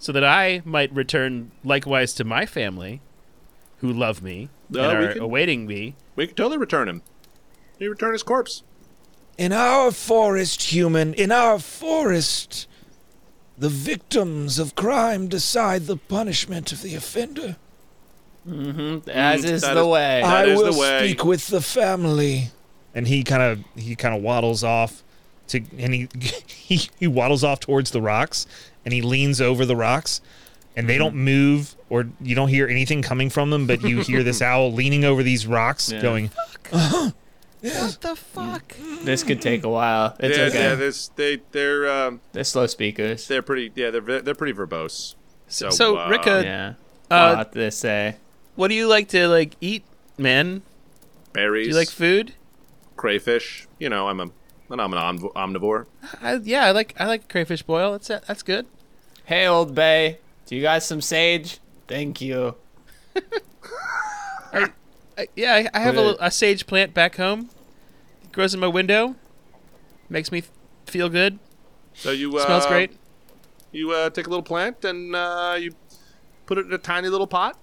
S2: so that I might return likewise to my family, who love me
S5: Uh,
S2: and
S5: we
S2: are
S5: can-
S2: awaiting me.
S5: We can totally return him. You return his corpse.
S9: In our forest, human, in our forest, the victims of crime decide the punishment of the offender.
S6: As is
S5: that
S6: the
S5: is-
S6: way.
S5: That
S9: I
S5: is
S9: will
S5: the way.
S9: speak with the family.
S4: and he kind of he kind of waddles off to and he, he he waddles off towards the rocks and he leans over the rocks and
S6: Mm-hmm.
S4: they don't move or you don't hear anything coming from them but you hear this owl leaning over these rocks
S6: Yeah.
S4: going
S6: this could take a while. It's
S5: yeah,
S6: okay.
S5: yeah. This they they're um,
S6: They're slow speakers.
S5: they're pretty yeah they're ve- they're pretty verbose. So,
S2: So,
S5: uh,
S2: Rika,
S6: yeah.
S2: Uh,
S10: lot to
S6: eh?
S10: say.
S2: what do you like to like eat, man?
S5: Berries,
S2: Do you like food?
S5: crayfish. You know, I'm a, and I'm an omniv- omnivore.
S2: I, yeah, I like I like crayfish boil. That's uh, that's good.
S6: Hey, old bay, do you got some sage? Thank you.
S2: I, yeah, I, I have a, little- a sage plant back home. It grows in my window. Makes me feel good.
S11: So you uh,
S5: um,
S2: Smells great.
S11: You uh, take a little plant and uh, you put it in a tiny little pot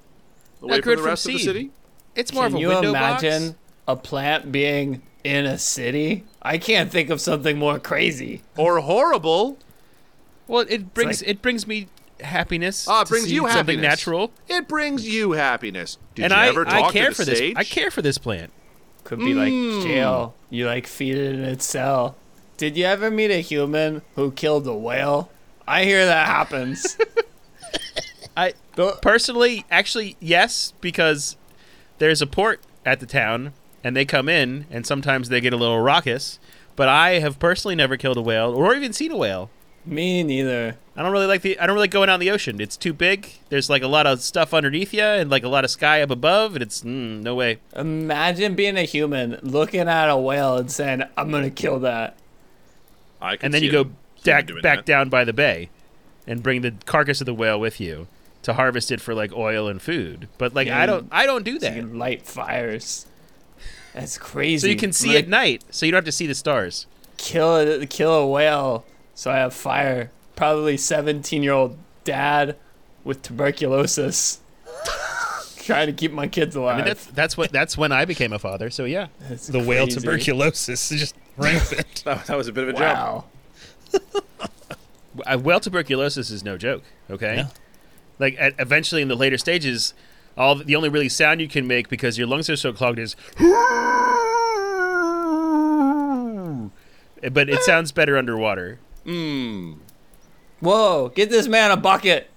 S11: away from
S2: grew it
S11: the
S2: from
S11: rest of the
S2: seed.
S11: city.
S2: It's more
S6: Can
S2: of a
S6: you
S2: window
S6: imagine
S2: box.
S6: a plant being in a city? I can't think of something more crazy.
S11: Or horrible.
S2: Well, it brings
S6: like-
S2: it brings me happiness.
S11: Ah, it
S2: to
S11: brings
S2: see
S11: you
S2: something
S11: happiness.
S2: natural,
S11: It brings you happiness. Did
S2: and
S11: you
S2: I
S11: ever talk
S2: I care
S11: to the
S2: for this.
S11: sage?
S2: I care for this plant.
S6: Could be
S2: Hmm.
S6: like jail. You like feed it in its cell. Did you ever meet a human who killed a whale? I hear that happens.
S2: I personally, actually, yes, because there's a port at the town, and they come in, and sometimes they get a little raucous. But I have personally never killed a whale or even seen a whale.
S6: Me neither.
S2: I don't really like the. I don't really like going out in the ocean. It's too big. There's like a lot of stuff underneath you, and like a lot of sky up above, and it's mm, no way.
S6: Imagine being a human looking at a whale and saying, "I'm gonna kill that."
S5: I can
S2: And then
S5: see
S2: you go
S5: them- see them
S2: back
S5: doing
S2: back
S5: that.
S2: down by the bay, and bring the carcass of the whale with you to harvest it for like oil and food. But like I
S6: Yeah,
S2: don't, I don't do
S6: You
S2: that.
S6: can light fires. That's crazy.
S2: So you can see at
S6: it.
S2: night, so you don't have to see the stars.
S6: kill a, kill a whale so I have fire. Probably 17 year old dad with tuberculosis. Trying to keep my kids alive.
S2: I mean, that's that's what that's when I became a father. So yeah,
S6: That's
S4: The whale
S6: crazy.
S4: tuberculosis is just rampant.
S5: That, that was a bit of a job.
S6: Wow.
S2: Uh, well, tuberculosis is no joke. Okay,
S4: Yeah.
S2: like at, eventually in the later stages, all the only really sound you can make because your lungs are so clogged is, but it sounds better underwater.
S6: Whoa, get this man a bucket.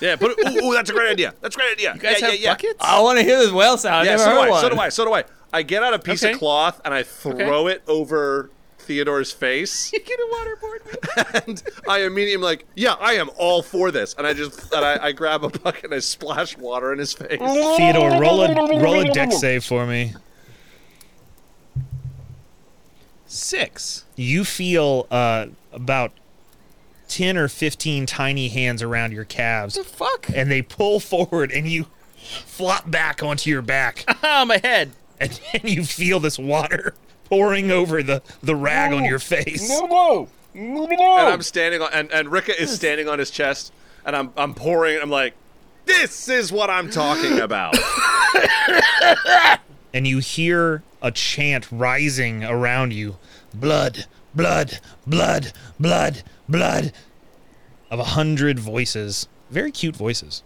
S5: Yeah, put it. Ooh, ooh, that's a great idea. That's a great idea. You
S2: guys
S5: yeah,
S2: have
S5: yeah, yeah.
S2: buckets?
S6: I want to hear this whale sound. I
S5: Yeah,
S6: never
S5: so do
S6: heard
S5: I.
S6: one.
S5: So do I. So do I. I get out a piece
S2: Okay.
S5: of cloth and I throw it over Theodore's face.
S2: You get a waterboard.
S5: and I immediately am like, yeah, I am all for this. And I just and I, I grab a bucket and I splash water in his face.
S4: Theodore, roll a roll a deck save for me.
S2: Six.
S4: you feel uh, about 10 or 15 tiny hands around your calves
S2: Fuck.
S4: and they pull forward and you flop back onto your back
S2: Ah, my head.
S4: and then you feel this water pouring over the, the rag on your face
S5: And I'm standing on and, and Rika is standing on his chest and I'm I'm pouring I'm like, this is what I'm talking about.
S4: and you hear a chant rising around you blood blood blood blood blood of a hundred voices very cute voices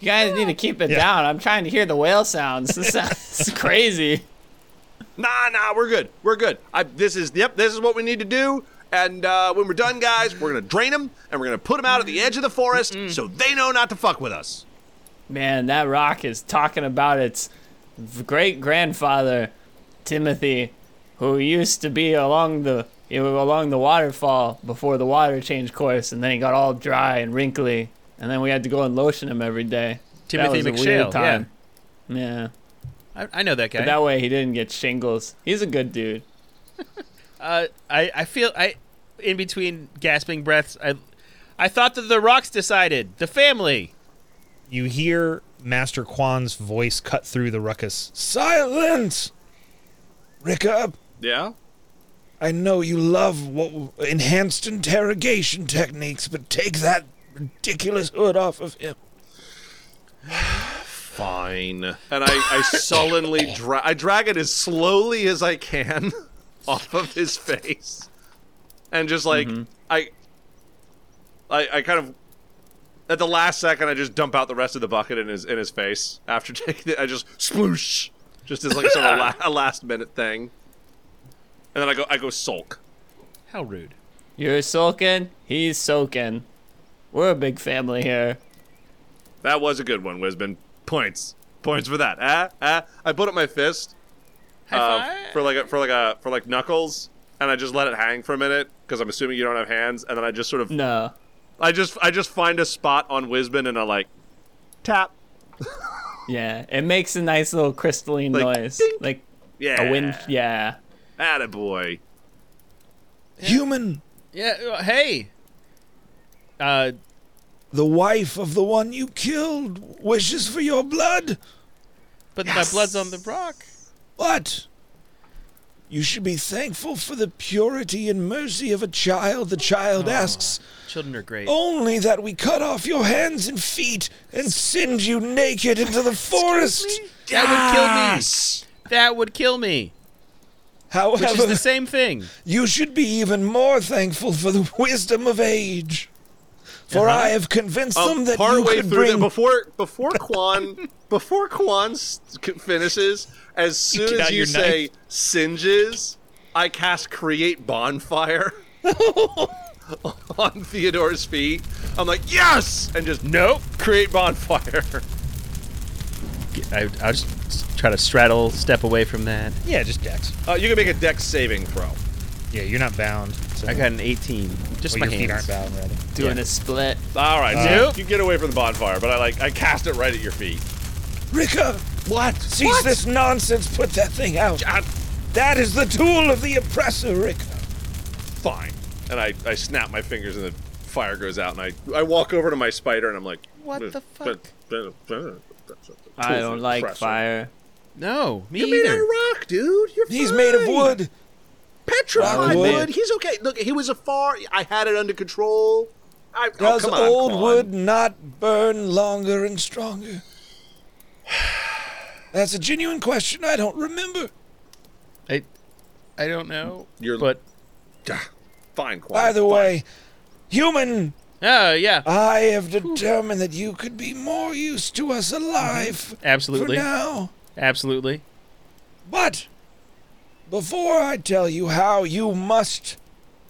S6: You guys need to keep it down. I'm trying to hear the whale sounds. This sounds crazy.
S5: nah, nah, we're good. We're good. I, this is yep, this is what we need to do. And uh, when we're done, guys, we're gonna drain them and we're gonna put them out at the edge of the forest so they know not to fuck with us.
S6: Man, that rock is talking about its great grandfather, Timothy, who used to be along the you know, along the waterfall before the water changed course, and then he got all dry and wrinkly, and then we had to go and lotion him every day.
S2: Timothy
S6: that was a
S2: McShale,
S6: weird time. Yeah,
S2: I, I know that guy.
S6: But that way he didn't get shingles. He's a good dude.
S2: uh, I I feel I, in between gasping breaths, I, I thought that the rocks decided the family.
S4: you hear Master Quan's voice cut through the ruckus. Silence!
S9: Rick up.
S5: Yeah?
S9: I know you love wo- enhanced interrogation techniques, but take that ridiculous hood off of him.
S5: Fine. And I, I sullenly dra- I drag it as slowly as I can off of his face. And just like I, I I kind of at the last second I just dump out the rest of the bucket in his in his face after taking it I just sploosh just as like sort of a, la- a last minute thing. And then I go I go sulk.
S2: How rude.
S6: You're sulking, he's soaking. We're a big family here.
S5: That was a good one, Wisbin. Points. Points for that. Ah, ah. I put up my fist uh, for like a, for like a for like knuckles, and I just let it hang for a minute because I'm assuming you don't have hands, and then I just sort of
S6: No,
S5: I just I just find a spot on Wisbon and I like tap.
S6: Yeah, it makes a nice little crystalline
S5: Like,
S6: noise,
S5: ding.
S6: like
S5: Yeah.
S6: a wind. Yeah,
S5: Attaboy.
S9: Human,
S2: Yeah. uh, Hey. Uh,
S9: the wife of the one you killed, wishes for your blood.
S2: but my blood's on the rock.
S9: What? You should be thankful for the purity and mercy of a child. The child asks
S2: Children are great.
S4: Oh,
S9: only that we cut off your hands and feet and send you naked into the forest.
S2: That would kill me. That would kill me. Which is
S9: However,
S2: the same thing.
S9: you should be even more thankful for the wisdom of age. For I have convinced them that you
S5: partway
S9: could
S5: through that,
S9: bring
S5: before before Quan before Quan s- c- finishes, as soon
S4: Get
S5: as
S4: out
S5: you
S4: your
S5: say singes, I cast create bonfire on Theodore's feet. I'm like yes, and just nope, create bonfire.
S2: I, I'll just s- try to straddle, step away from that.
S4: Yeah, just dex.
S5: Uh, you can make a dex saving throw.
S4: Yeah, you're not bound. So
S2: I got an 18. Just
S4: well,
S2: my
S4: your feet aren't
S2: hands.
S4: bound, rather.
S12: Doing a split.
S5: All right,
S2: Nope.
S5: Uh, you get away from the bonfire, but I like I cast it right at your feet.
S9: Rika.
S5: What?
S9: Cease this nonsense. Put that thing out. That is the tool of the oppressor, Rika.
S5: Fine. And I, I snap my fingers and the fire goes out and I, I walk over to my spider and I'm like,
S2: What the
S5: fuck?
S6: I don't like fire.
S2: No, me
S5: You made out
S2: either.
S5: of rock, dude. You're
S9: He's
S5: fine.
S9: made of wood.
S5: Petrified
S9: Rock
S5: wood.
S9: wood.
S5: He's okay. Look, he was afar. I had it under control. I, oh,
S9: Does
S5: come on,
S9: old
S5: Quan.
S9: wood not burn longer and stronger? That's a genuine question. I don't remember.
S2: I, I don't know.
S5: You're-
S2: but
S5: Fine, Quan.
S9: By the way, human,
S2: oh yeah,
S9: I have determined that you could be more use to us
S5: Mm-hmm.
S9: alive
S2: absolutely,
S9: for now.
S2: absolutely.
S9: But before I tell you how, you must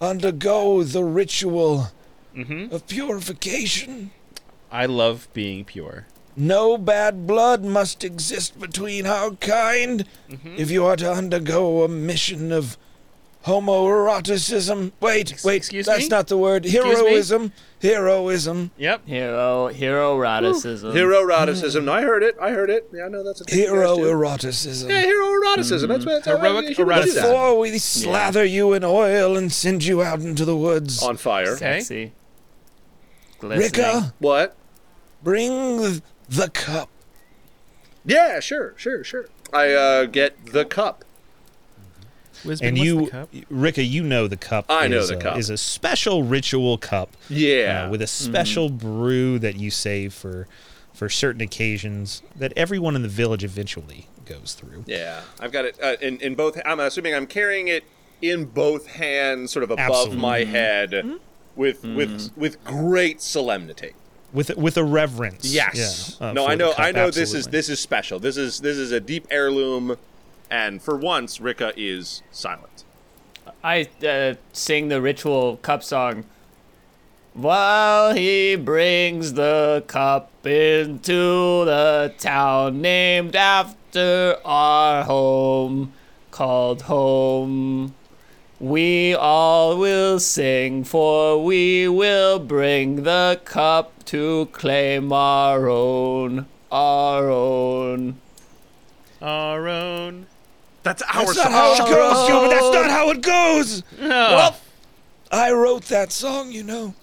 S9: undergo the ritual
S5: Mm-hmm.
S9: of purification.
S2: I love being pure.
S9: No bad blood must exist between our kind if you are to undergo a mission of homoeroticism. Wait, wait,
S2: excuse
S9: that's
S2: me?
S9: not the word.
S2: me?
S9: Heroism. Heroism.
S2: Yep.
S6: Hero, hero eroticism.
S5: Hero eroticism. No, I heard it. I heard it. Yeah, I know that's a thing you guys
S9: Hero Mm-hmm.
S5: do.
S9: eroticism.
S5: Yeah, hero eroticism. That's what that's how
S2: Heroic
S5: you should do that.
S2: eroticism.
S9: Before we slather you in oil and send you out into the woods,
S5: On fire.
S2: Okay.
S6: Sexy. Glistening.
S9: Rika,
S5: What?
S9: bring th- the cup.
S5: Yeah, sure, sure, sure. I uh, get the cup.
S2: Wisbon,
S4: And
S2: what's
S4: you,
S2: the cup?
S4: Rika, you know the cup.
S5: I know
S4: is
S5: the
S4: a,
S5: cup.
S4: is a special ritual cup.
S5: Yeah.
S4: uh, with a
S5: Mm-hmm.
S4: special brew that you save for for certain occasions that everyone in the village eventually goes through.
S5: yeah, I've got it uh, in in both. I'm assuming I'm carrying it in both hands, sort of above
S4: Absolutely.
S5: my head, with
S4: Mm-hmm.
S5: with with great solemnity.
S4: With with a reverence.
S5: Yes.
S4: yeah, uh,
S5: no,
S4: for
S5: I
S4: the
S5: know.
S4: cup,
S5: I know. This is
S4: absolutely.
S5: this is special. This is this is a deep heirloom, and for once, Rika is silent.
S6: I uh, sing the ritual cup song. While he brings the cup into the town named after our home, called home, we all will sing, for we will bring the cup to claim our own, our own.
S2: Our own.
S5: That's our
S9: That's not how it
S5: song.
S9: goes, human. That's not how it goes.
S2: Oh,
S9: I wrote that song, you know.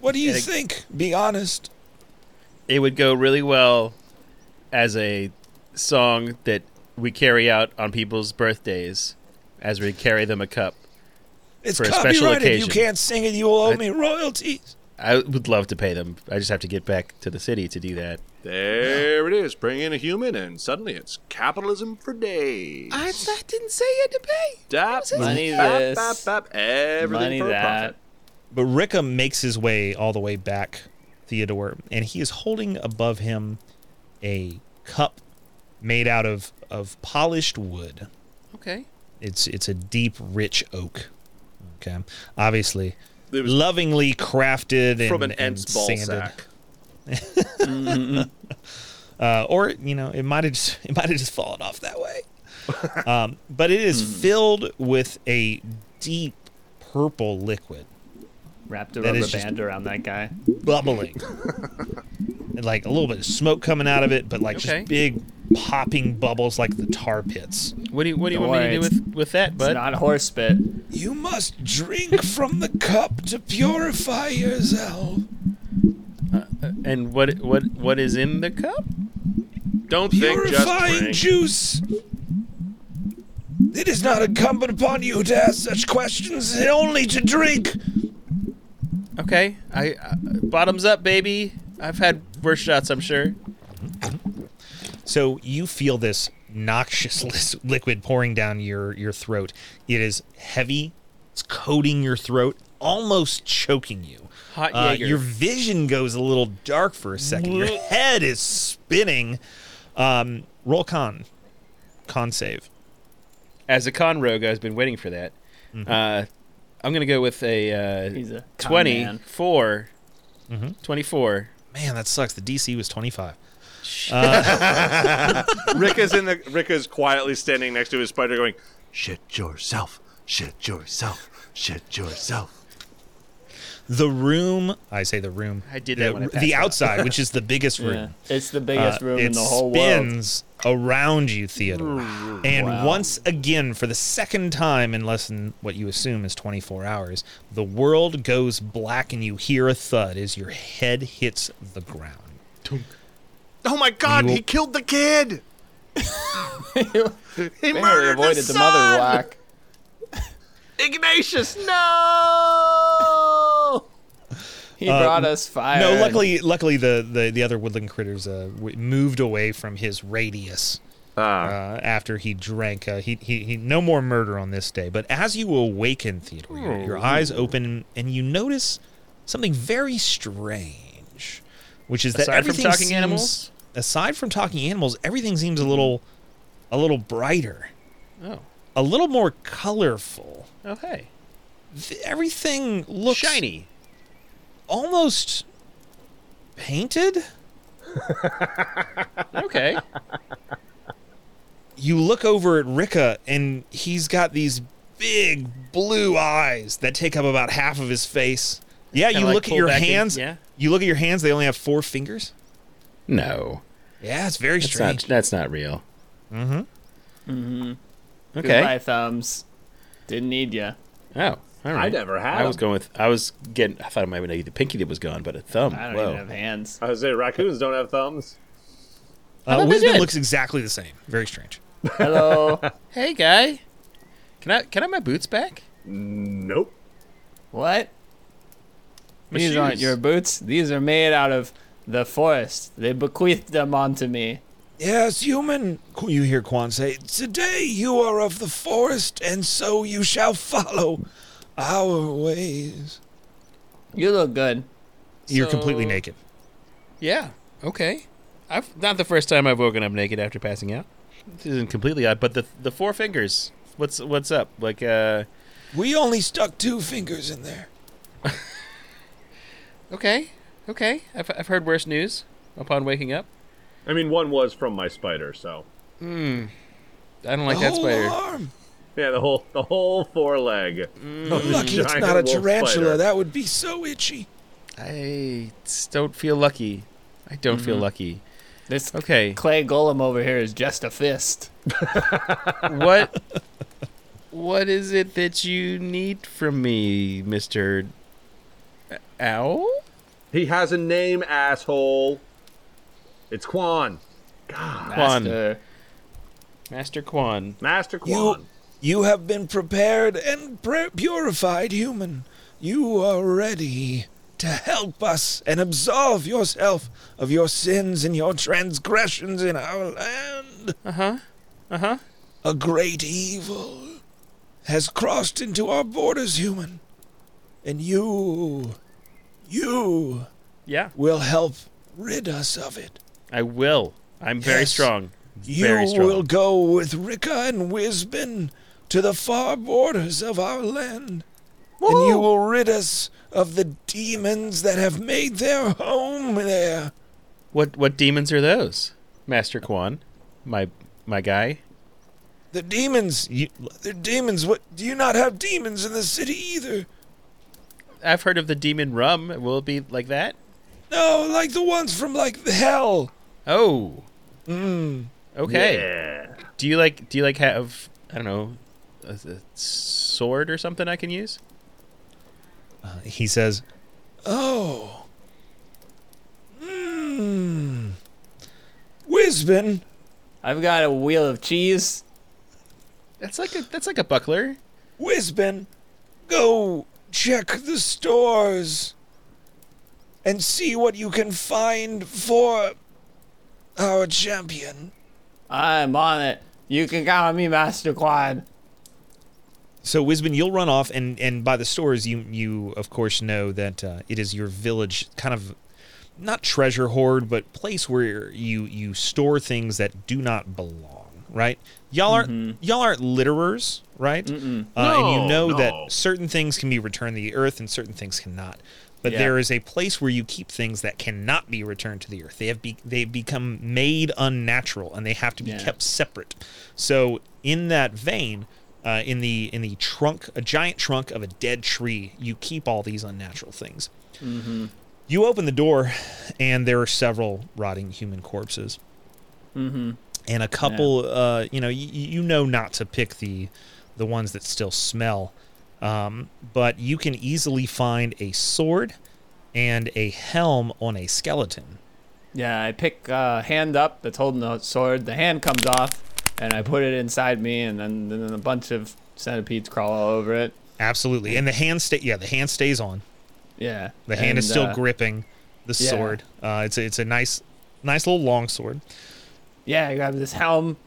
S9: What do you
S2: And it-
S9: think? Be honest.
S2: it would go really well as a song that we carry out on people's birthdays, as we carry them a cup.
S9: It's
S2: for a
S9: copyrighted.
S2: special
S9: You
S2: occasion.
S9: can't sing it. You will owe
S2: I-
S9: me royalties.
S2: I would love to pay them. I just have to get back to the city to do that.
S5: There it is. Bring in a human, and suddenly it's capitalism for days.
S2: didn't say you had to pay.
S5: Dap,
S6: Money
S5: bap,
S6: this.
S5: bap, bap, everything
S6: Money
S5: for a
S6: that.
S5: profit.
S4: But Rika makes his way all the way back, Theodore, and he is holding above him a cup made out of of polished wood.
S2: Okay.
S4: It's it's a deep, rich oak. Okay, obviously,
S5: It was
S4: lovingly crafted
S5: from
S4: and,
S5: an
S4: and
S5: Ents ball
S4: sanded.
S5: sack.
S4: Uh, or you know, it might have just, it might have just fallen off that way. um, but it is filled with a deep purple liquid.
S3: Wrapped a
S4: That
S3: rubber
S4: is just-
S3: band around that guy.
S4: bubbling, and like a little bit of smoke coming out of it, but like
S2: Okay.
S4: just big popping bubbles, like the tar pits.
S2: What do you What do you
S3: Don't
S2: want me to
S3: worry,
S2: do with with that,
S3: It's
S2: bud?
S3: not horse spit.
S9: You must drink from the cup to purify yourself.
S2: and what what what is in the cup?
S8: Don't think just
S9: Purifying
S8: drink.
S9: juice. It is not incumbent upon you to ask such questions, only to drink.
S2: Okay, I uh, bottoms up, baby. I've had worse shots, I'm sure.
S4: So you feel this noxious lis- liquid pouring down your your throat. It is heavy. It's coating your throat, almost choking you.
S2: Hot
S4: Uh,
S2: Jaeger.
S4: your vision goes a little dark for a second. Your head is spinning. Um, roll con, con save.
S2: As a con rogue, I've been waiting for that.
S4: Mm-hmm.
S2: Uh, I'm gonna go with a uh,
S3: He's a con man.
S2: 24.
S4: Mm-hmm.
S2: 24.
S4: Man, that sucks. The DC was twenty five.
S8: Rick is in the Rick is quietly standing next to his spider going,
S5: Shit yourself. Shit yourself. Shit yourself.
S4: The room, I say the room.
S2: I did
S4: the,
S2: that when I passed
S4: the
S2: out.
S4: outside, which is the biggest room.
S3: Yeah. It's the
S4: Uh,
S3: biggest room
S4: it
S3: in the whole world.
S4: spins around you, Theodore. And once again, for the second time in less than what you assume is 24 hours, the world goes black and you hear a thud as your head hits the ground.
S8: "Oh my God,
S4: You-
S8: he killed the kid! he
S6: Barely
S8: murdered
S6: avoided the,
S8: the,
S6: mother
S8: son!
S6: rock.
S8: Ignatius, no!
S6: He brought us fire.
S4: No,
S2: Uh,
S4: luckily, luckily the, the, the other woodland critters uh, w- moved away from his radius.
S5: Ah.
S4: uh, after he drank. Uh, he, he, he, no more murder on this day. But as you awaken, Theodore, your,
S2: Oh.
S4: your eyes open and you notice something very strange, which is that
S2: Aside from
S4: everything
S2: talking
S4: seems-
S2: animals?
S4: Aside from talking animals, everything seems a little, a little brighter,
S2: Oh,
S4: a little more colorful.
S2: oh hey,
S4: Th- Everything looks
S2: shiny.
S4: almost painted.
S2: Okay,
S4: you look over at Rika, and he's got these big blue eyes that take up about half of his face. Yeah, you
S2: like
S4: look at
S2: pull
S4: your
S2: back in-
S4: hands.
S2: yeah.
S4: You look at your hands. They only have four fingers.
S2: no,
S4: Yeah, it's very
S2: that's not
S4: strange.
S2: that's not real. Mm-hmm. Mm-hmm.
S3: Goodbye,
S2: Okay.
S3: thumbs. Didn't need ya.
S2: Oh, all right.
S5: I never had
S2: I was
S5: them.
S2: going with. I was getting. I thought it might have been the pinky that was gone, but a thumb.
S3: I don't
S2: Whoa.
S3: even have hands.
S5: I was say raccoons don't have thumbs.
S4: Uh,
S2: thought they
S4: Wisdom
S2: did.
S4: looks exactly the same. Very strange.
S3: Hello.
S2: Hey, guy. Can I can I have my boots back?
S5: Nope.
S3: what?
S2: My
S3: These aren't
S2: shoes.
S3: your boots. These are made out of the forest. They bequeathed them onto me.
S9: Yes, human, Qu- you hear Quan say, Today you are of the forest, and so you shall follow our ways.
S3: You look good.
S4: You're completely
S2: So-
S4: naked.
S2: Yeah. Okay. I've not the first time I've woken up naked after passing out. This isn't completely odd, but the the four fingers. What's what's up? Like uh
S9: We only stuck two fingers in there.
S2: okay. Okay. I've I've heard worse news upon waking up.
S5: I mean, one was from my spider, so
S2: I don't like
S9: the
S2: that
S9: whole
S2: spider.
S9: arm.
S5: yeah, the whole the whole foreleg.
S9: Lucky it's
S5: Mm-hmm. giant
S9: not a
S5: wolf
S9: tarantula.
S5: spider.
S9: That would be so itchy.
S2: I s- don't feel lucky. I don't feel lucky.
S3: This
S2: Okay.
S3: clay golem over here is just a fist.
S2: what what is it that you need from me, Mr. Owl?
S5: He has a name, asshole. It's Quan,
S2: Quan.
S3: Master.
S2: Master Quan.
S5: Master
S9: You,
S5: Quan.
S9: you have been prepared and pre- purified, human. You are ready to help us and absolve yourself of your sins and your transgressions in our land.
S2: Uh huh. Uh huh.
S9: A great evil has crossed into our borders, human. And you, you
S2: Yeah.
S9: will help rid us of it.
S2: I will. I'm very
S9: Yes.
S2: strong. Very
S9: You
S2: strong.
S9: will go with Rika and Wisbin to the far borders of our land, and you will rid us of the demons that have made their home there.
S2: What what demons are those, Master Quan? My my guy.
S9: The demons,
S4: You,
S9: the demons. What do you not have demons in the city either?
S2: I've heard of the demon rum. Will it be like that?
S9: No, like the ones from like hell.
S2: Oh. Okay. Do you like? Do you like have? I don't know, a, a sword or something I can use?
S4: Uh, He says,
S9: Oh. Mmm. Wisbin.
S13: I've got a wheel of cheese.
S2: That's like a that's like a buckler.
S9: Wisbin. Go check the stores and see what you can find for our champion.
S13: I'm on it. You can count on me, Master Quad.
S4: So Wisbin, you'll run off, and and by the stores, you you of course know that uh, it is your village, kind of not treasure hoard, but place where you you store things that do not belong. Right? Y'all aren't y'all aren't litterers, right? Uh, and you
S14: No,
S4: know
S14: no.
S4: that certain things can be returned to the earth, and certain things cannot. But
S6: Yeah.
S4: there is a place where you keep things that cannot be returned to the earth. They have be- they become made unnatural, and they have to be
S6: Yeah.
S4: kept separate. So in that vein, uh, in the in the trunk, a giant trunk of a dead tree, you keep all these unnatural things.
S6: Mm-hmm.
S4: You open the door, and there are several rotting human corpses. Mm-hmm. And a couple, uh, you know, you, you know not to pick the the ones that still smell, um, but you can easily find a sword and a helm on a skeleton.
S6: Yeah, I pick uh, hand up that's holding the sword. The hand comes off, and I put it inside me, and then, then a bunch of centipedes crawl all over it.
S4: Absolutely, and the hand stay. Yeah, the hand stays on.
S6: Yeah,
S4: The hand is
S6: and,
S4: still
S6: uh,
S4: gripping the
S6: yeah.
S4: sword. Uh, it's a, it's a nice nice little long sword.
S6: Yeah, I grab this helm.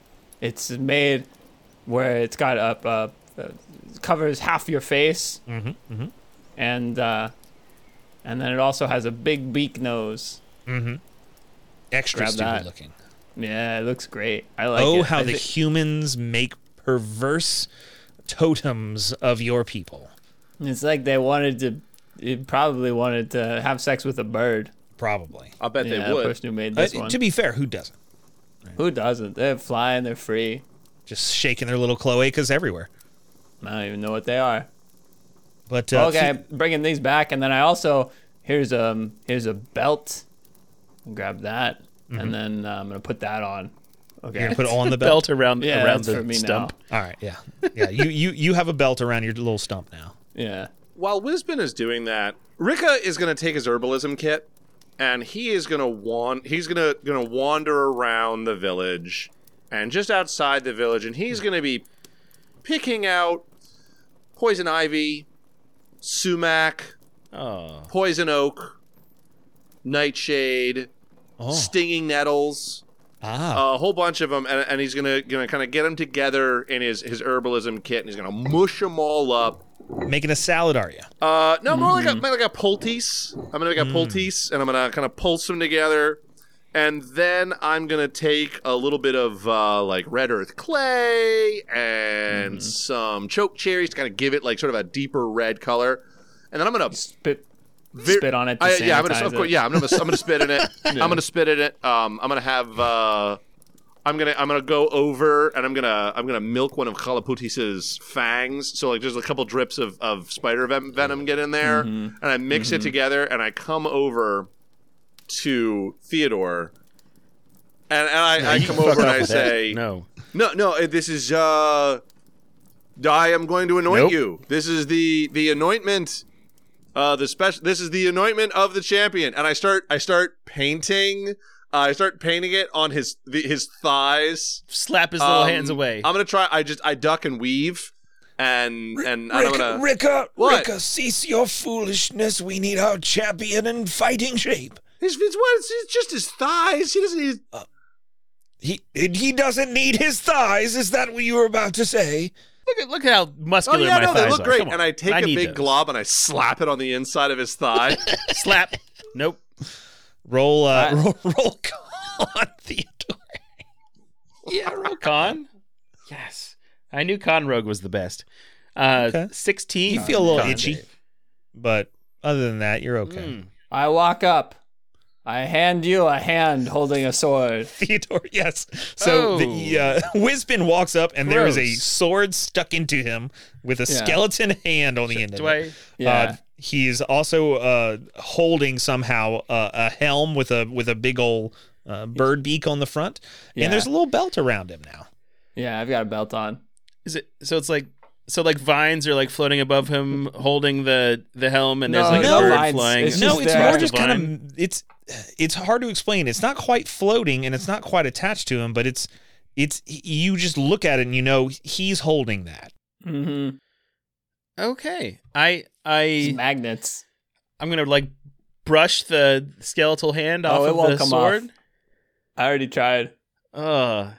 S6: It's made where it's got up uh, uh, covers half your face,
S4: Mm-hmm, mm-hmm.
S6: and uh, and then it also has a big beak nose.
S4: Mm-hmm. Extra
S6: Grab
S4: stupid
S6: that.
S4: looking.
S6: Yeah, it looks great. I like it.
S4: oh, how
S6: I
S4: the
S6: thi-
S4: humans make perverse totems of your people.
S6: it's like they wanted to. It probably wanted to have sex with a bird.
S4: Probably.
S5: I bet
S6: yeah,
S5: they
S6: the
S5: would.
S6: person who made
S4: Uh,
S6: this one.
S4: to be fair, who doesn't?
S6: Who doesn't? They're flying. They're free.
S4: Just shaking their little cloacas everywhere.
S6: I don't even know what they are.
S4: But uh,
S6: okay, I'm bringing these back, and then I also here's um here's a belt. Grab that, and then uh, I'm gonna put that on.
S4: you're
S6: Okay.
S4: gonna put on the belt.
S2: Belt around
S6: yeah,
S2: around
S6: that's
S2: the
S6: for me
S2: stump.
S4: All right, yeah, yeah. You you you have a belt around your little stump now.
S6: now. Yeah.
S5: While Wisbin is doing that, Rika is going to take his herbalism kit, and he is going to wan- He's going to going to wander around the village, and just outside the village, and he's going to be picking out poison ivy, sumac,
S2: Oh,
S5: poison oak, nightshade,
S4: Oh,
S5: stinging nettles.
S4: ah,
S5: a whole bunch of them, and, and he's gonna gonna kind of get them together in his his herbalism kit, and he's gonna mush them all up.
S4: making a salad, are you?
S5: Uh, no, more like a more like a poultice. I'm gonna make a poultice, and I'm gonna kind of pulse them together, and then I'm gonna take a little bit of uh, like red earth clay and some choke cherries to kind of give it like sort of a deeper red color, and then I'm gonna
S6: Spit.
S5: Ver-
S6: spit on it to
S5: I- yeah, I'm gonna,
S6: sanitize
S5: of course,
S6: it.
S5: yeah, I'm gonna, I'm gonna spit in it. I'm gonna spit in it. Um, I'm gonna have, uh, I'm gonna, I'm gonna go over and I'm gonna, I'm gonna milk one of Kalaputis's fangs. So like, there's a couple drips of of spider ven- venom get in there,
S6: Mm-hmm.
S5: and I mix it together, and I come over to Theodore, and, and I, I come over and I say,
S2: no.
S5: no, no, eh, this is uh I am going to anoint
S2: Nope.
S5: you. This is the the anointment uh the special this is the anointment of the champion and I start I start painting uh, I start painting it on his the, his thighs.
S2: Slap his little
S5: Um,
S2: hands away.
S5: I'm going to try I just I duck and weave and and I'm
S9: Rick,
S5: going to
S9: Ricka,
S5: What?
S9: Ricka, cease your foolishness. We need our champion in fighting shape.
S5: it's, it's, what- it's- it's just his thighs. He doesn't need
S9: He and he doesn't need his thighs. Is that what you were about to say?
S2: look at look at how
S5: Oh
S2: muscular
S5: yeah,
S2: my
S5: no, they
S2: thighs
S5: look
S2: are.
S5: great.
S2: Come on.
S5: And I take
S2: a
S5: a big glob and I slap it on the inside of his thigh.
S2: Slap. Nope.
S4: Roll, uh,
S6: I-
S4: roll, roll on Theodore.
S2: Yeah, roll con. yes, I knew con rogue was the best. Uh,
S4: Okay.
S2: sixteen.
S4: You feel a little
S2: con
S4: itchy,
S2: save.
S4: but other than that, you're okay.
S2: Mm.
S6: I walk up. I hand you a hand holding a sword.
S4: Theodore, yes. So the uh, Wisbin walks up, and there is a
S2: Gross.
S4: sword stuck into him with a
S6: Yeah.
S4: skeleton hand on the end of
S2: Do
S4: it.
S2: I?
S6: Yeah.
S4: Uh, He's also uh, holding somehow uh, a helm with a with a big old uh, bird beak on the front,
S6: Yeah.
S4: and there's a little belt around him now.
S6: Yeah, I've got a belt on.
S2: Is it so? It's like so like vines are like floating above him, holding the the helm, and there's like
S4: No,
S2: a bird
S6: vines.
S2: flying.
S6: It's
S4: no,
S6: just
S4: it's
S6: there.
S4: more just
S2: Vine.
S4: kind of it's it's hard to explain. It's not quite floating and it's not quite attached to him, but it's it's you just look at it and you know he's holding that.
S6: Mm-hmm.
S2: okay, I I
S6: Magnets.
S2: I'm gonna like brush the skeletal hand off
S6: Oh, it
S2: of
S6: won't
S2: the
S6: come
S2: sword.
S6: I already tried.
S2: Uh,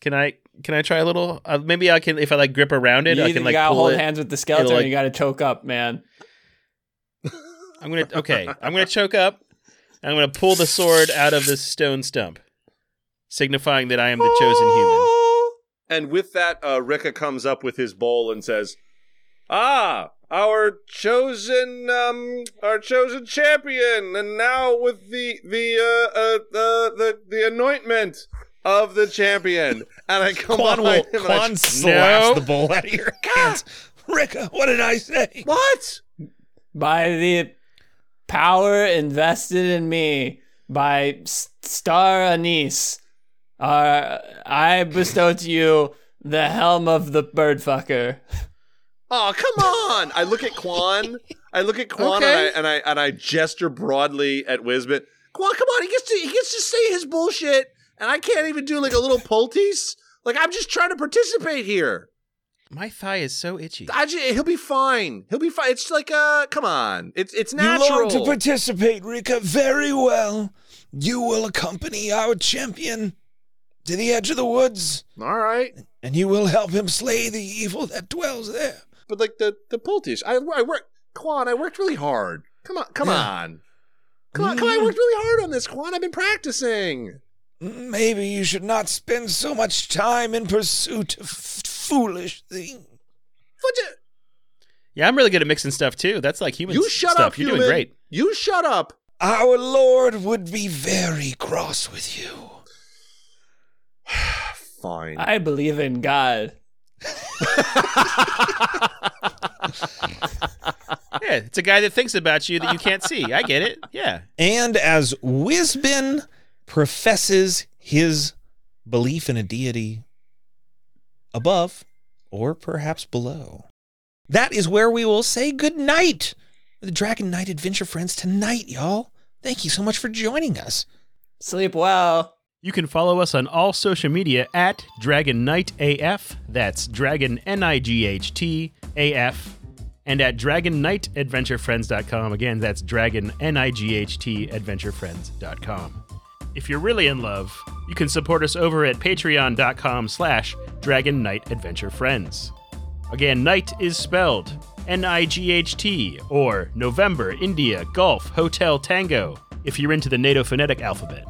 S2: can I can I try a little? Uh, maybe I can if I like grip around it.
S6: you
S2: I
S6: either
S2: can like
S6: gotta
S2: pull
S6: hold
S2: it.
S6: hands with the skeleton,
S2: It'll,
S6: or you gotta choke up, man.
S2: I'm gonna okay. I'm gonna choke up. and I'm gonna pull the sword out of this stone stump, signifying that I am the chosen human.
S5: Oh. And with that, uh, Rika comes up with his bowl and says, "Ah, our chosen, um, our chosen champion, and now with the the uh, uh the the, the anointment of the champion." And I come
S4: Quan will
S5: behind him and I
S4: Quan slaps
S2: No.
S4: the bowl out of your hands.
S9: uh,
S4: Ricka, what did I say?
S5: what?
S6: By the power invested in me by S- Star Anise, uh, I bestow to you the helm of the bird fucker.
S5: Oh, come on! I look at Quan. I look at Quan
S2: Okay.
S5: and, I, and I and I gesture broadly at Wisbit. Quan, come on! He gets to he gets to say his bullshit, and I can't even do like a little poultice. Like I'm just trying to participate here.
S2: My thigh is so itchy.
S5: I ju- he'll be fine. He'll be fine. It's like uh, come on. It's it's
S9: You
S5: natural.
S9: long to participate, Rika, very well. You will accompany our champion to the edge of the woods,
S5: All right,
S9: and you will help him slay the evil that dwells there.
S5: but like the the poultice. I I work. Quan, I worked really hard. Come on, come on, come on, come on. I worked really hard on this, Quan. I've been practicing.
S9: Maybe you should not spend so much time in pursuit of f- foolish things.
S5: What the-
S2: Yeah, I'm really good at mixing stuff too. That's like human
S5: You
S2: s-
S5: shut
S2: stuff.
S5: up,
S2: You're
S5: human.
S2: doing great.
S5: You shut up.
S9: Our Lord would be very cross with you.
S5: Fine.
S6: I believe in God.
S2: Yeah, it's a guy that thinks about you that you can't see. I get it. Yeah.
S4: And as Wisbin professes his belief in a deity above or perhaps below, that is where we will say goodnight. The Dragon Knight Adventure Friends tonight, y'all. Thank you so much for joining us.
S6: Sleep well.
S2: You can follow us on all social media at Dragon Knight AF. That's Dragon N I G H T A F. And at Dragon Knight AdventureFriends.com. Again, that's Dragon N I G H T AdventureFriends.com. If you're really in love, you can support us over at patreon.com slash Dragon Knight Adventure Friends. Again, night is spelled N I G H T or November, India, Golf, Hotel, Tango, if you're into the NATO phonetic alphabet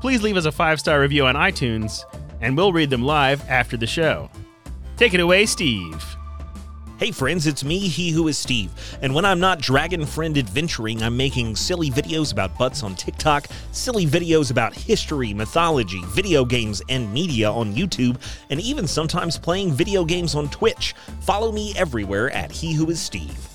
S2: please leave us a five star review on iTunes, and we'll read them live after the show. Take it away, Steve.
S15: Hey friends, it's me, he who is Steve. And when I'm not dragon friend adventuring, I'm making silly videos about butts on TikTok, silly videos about history, mythology, video games, and media on YouTube, and even sometimes playing video games on Twitch. Follow me everywhere at he who is Steve.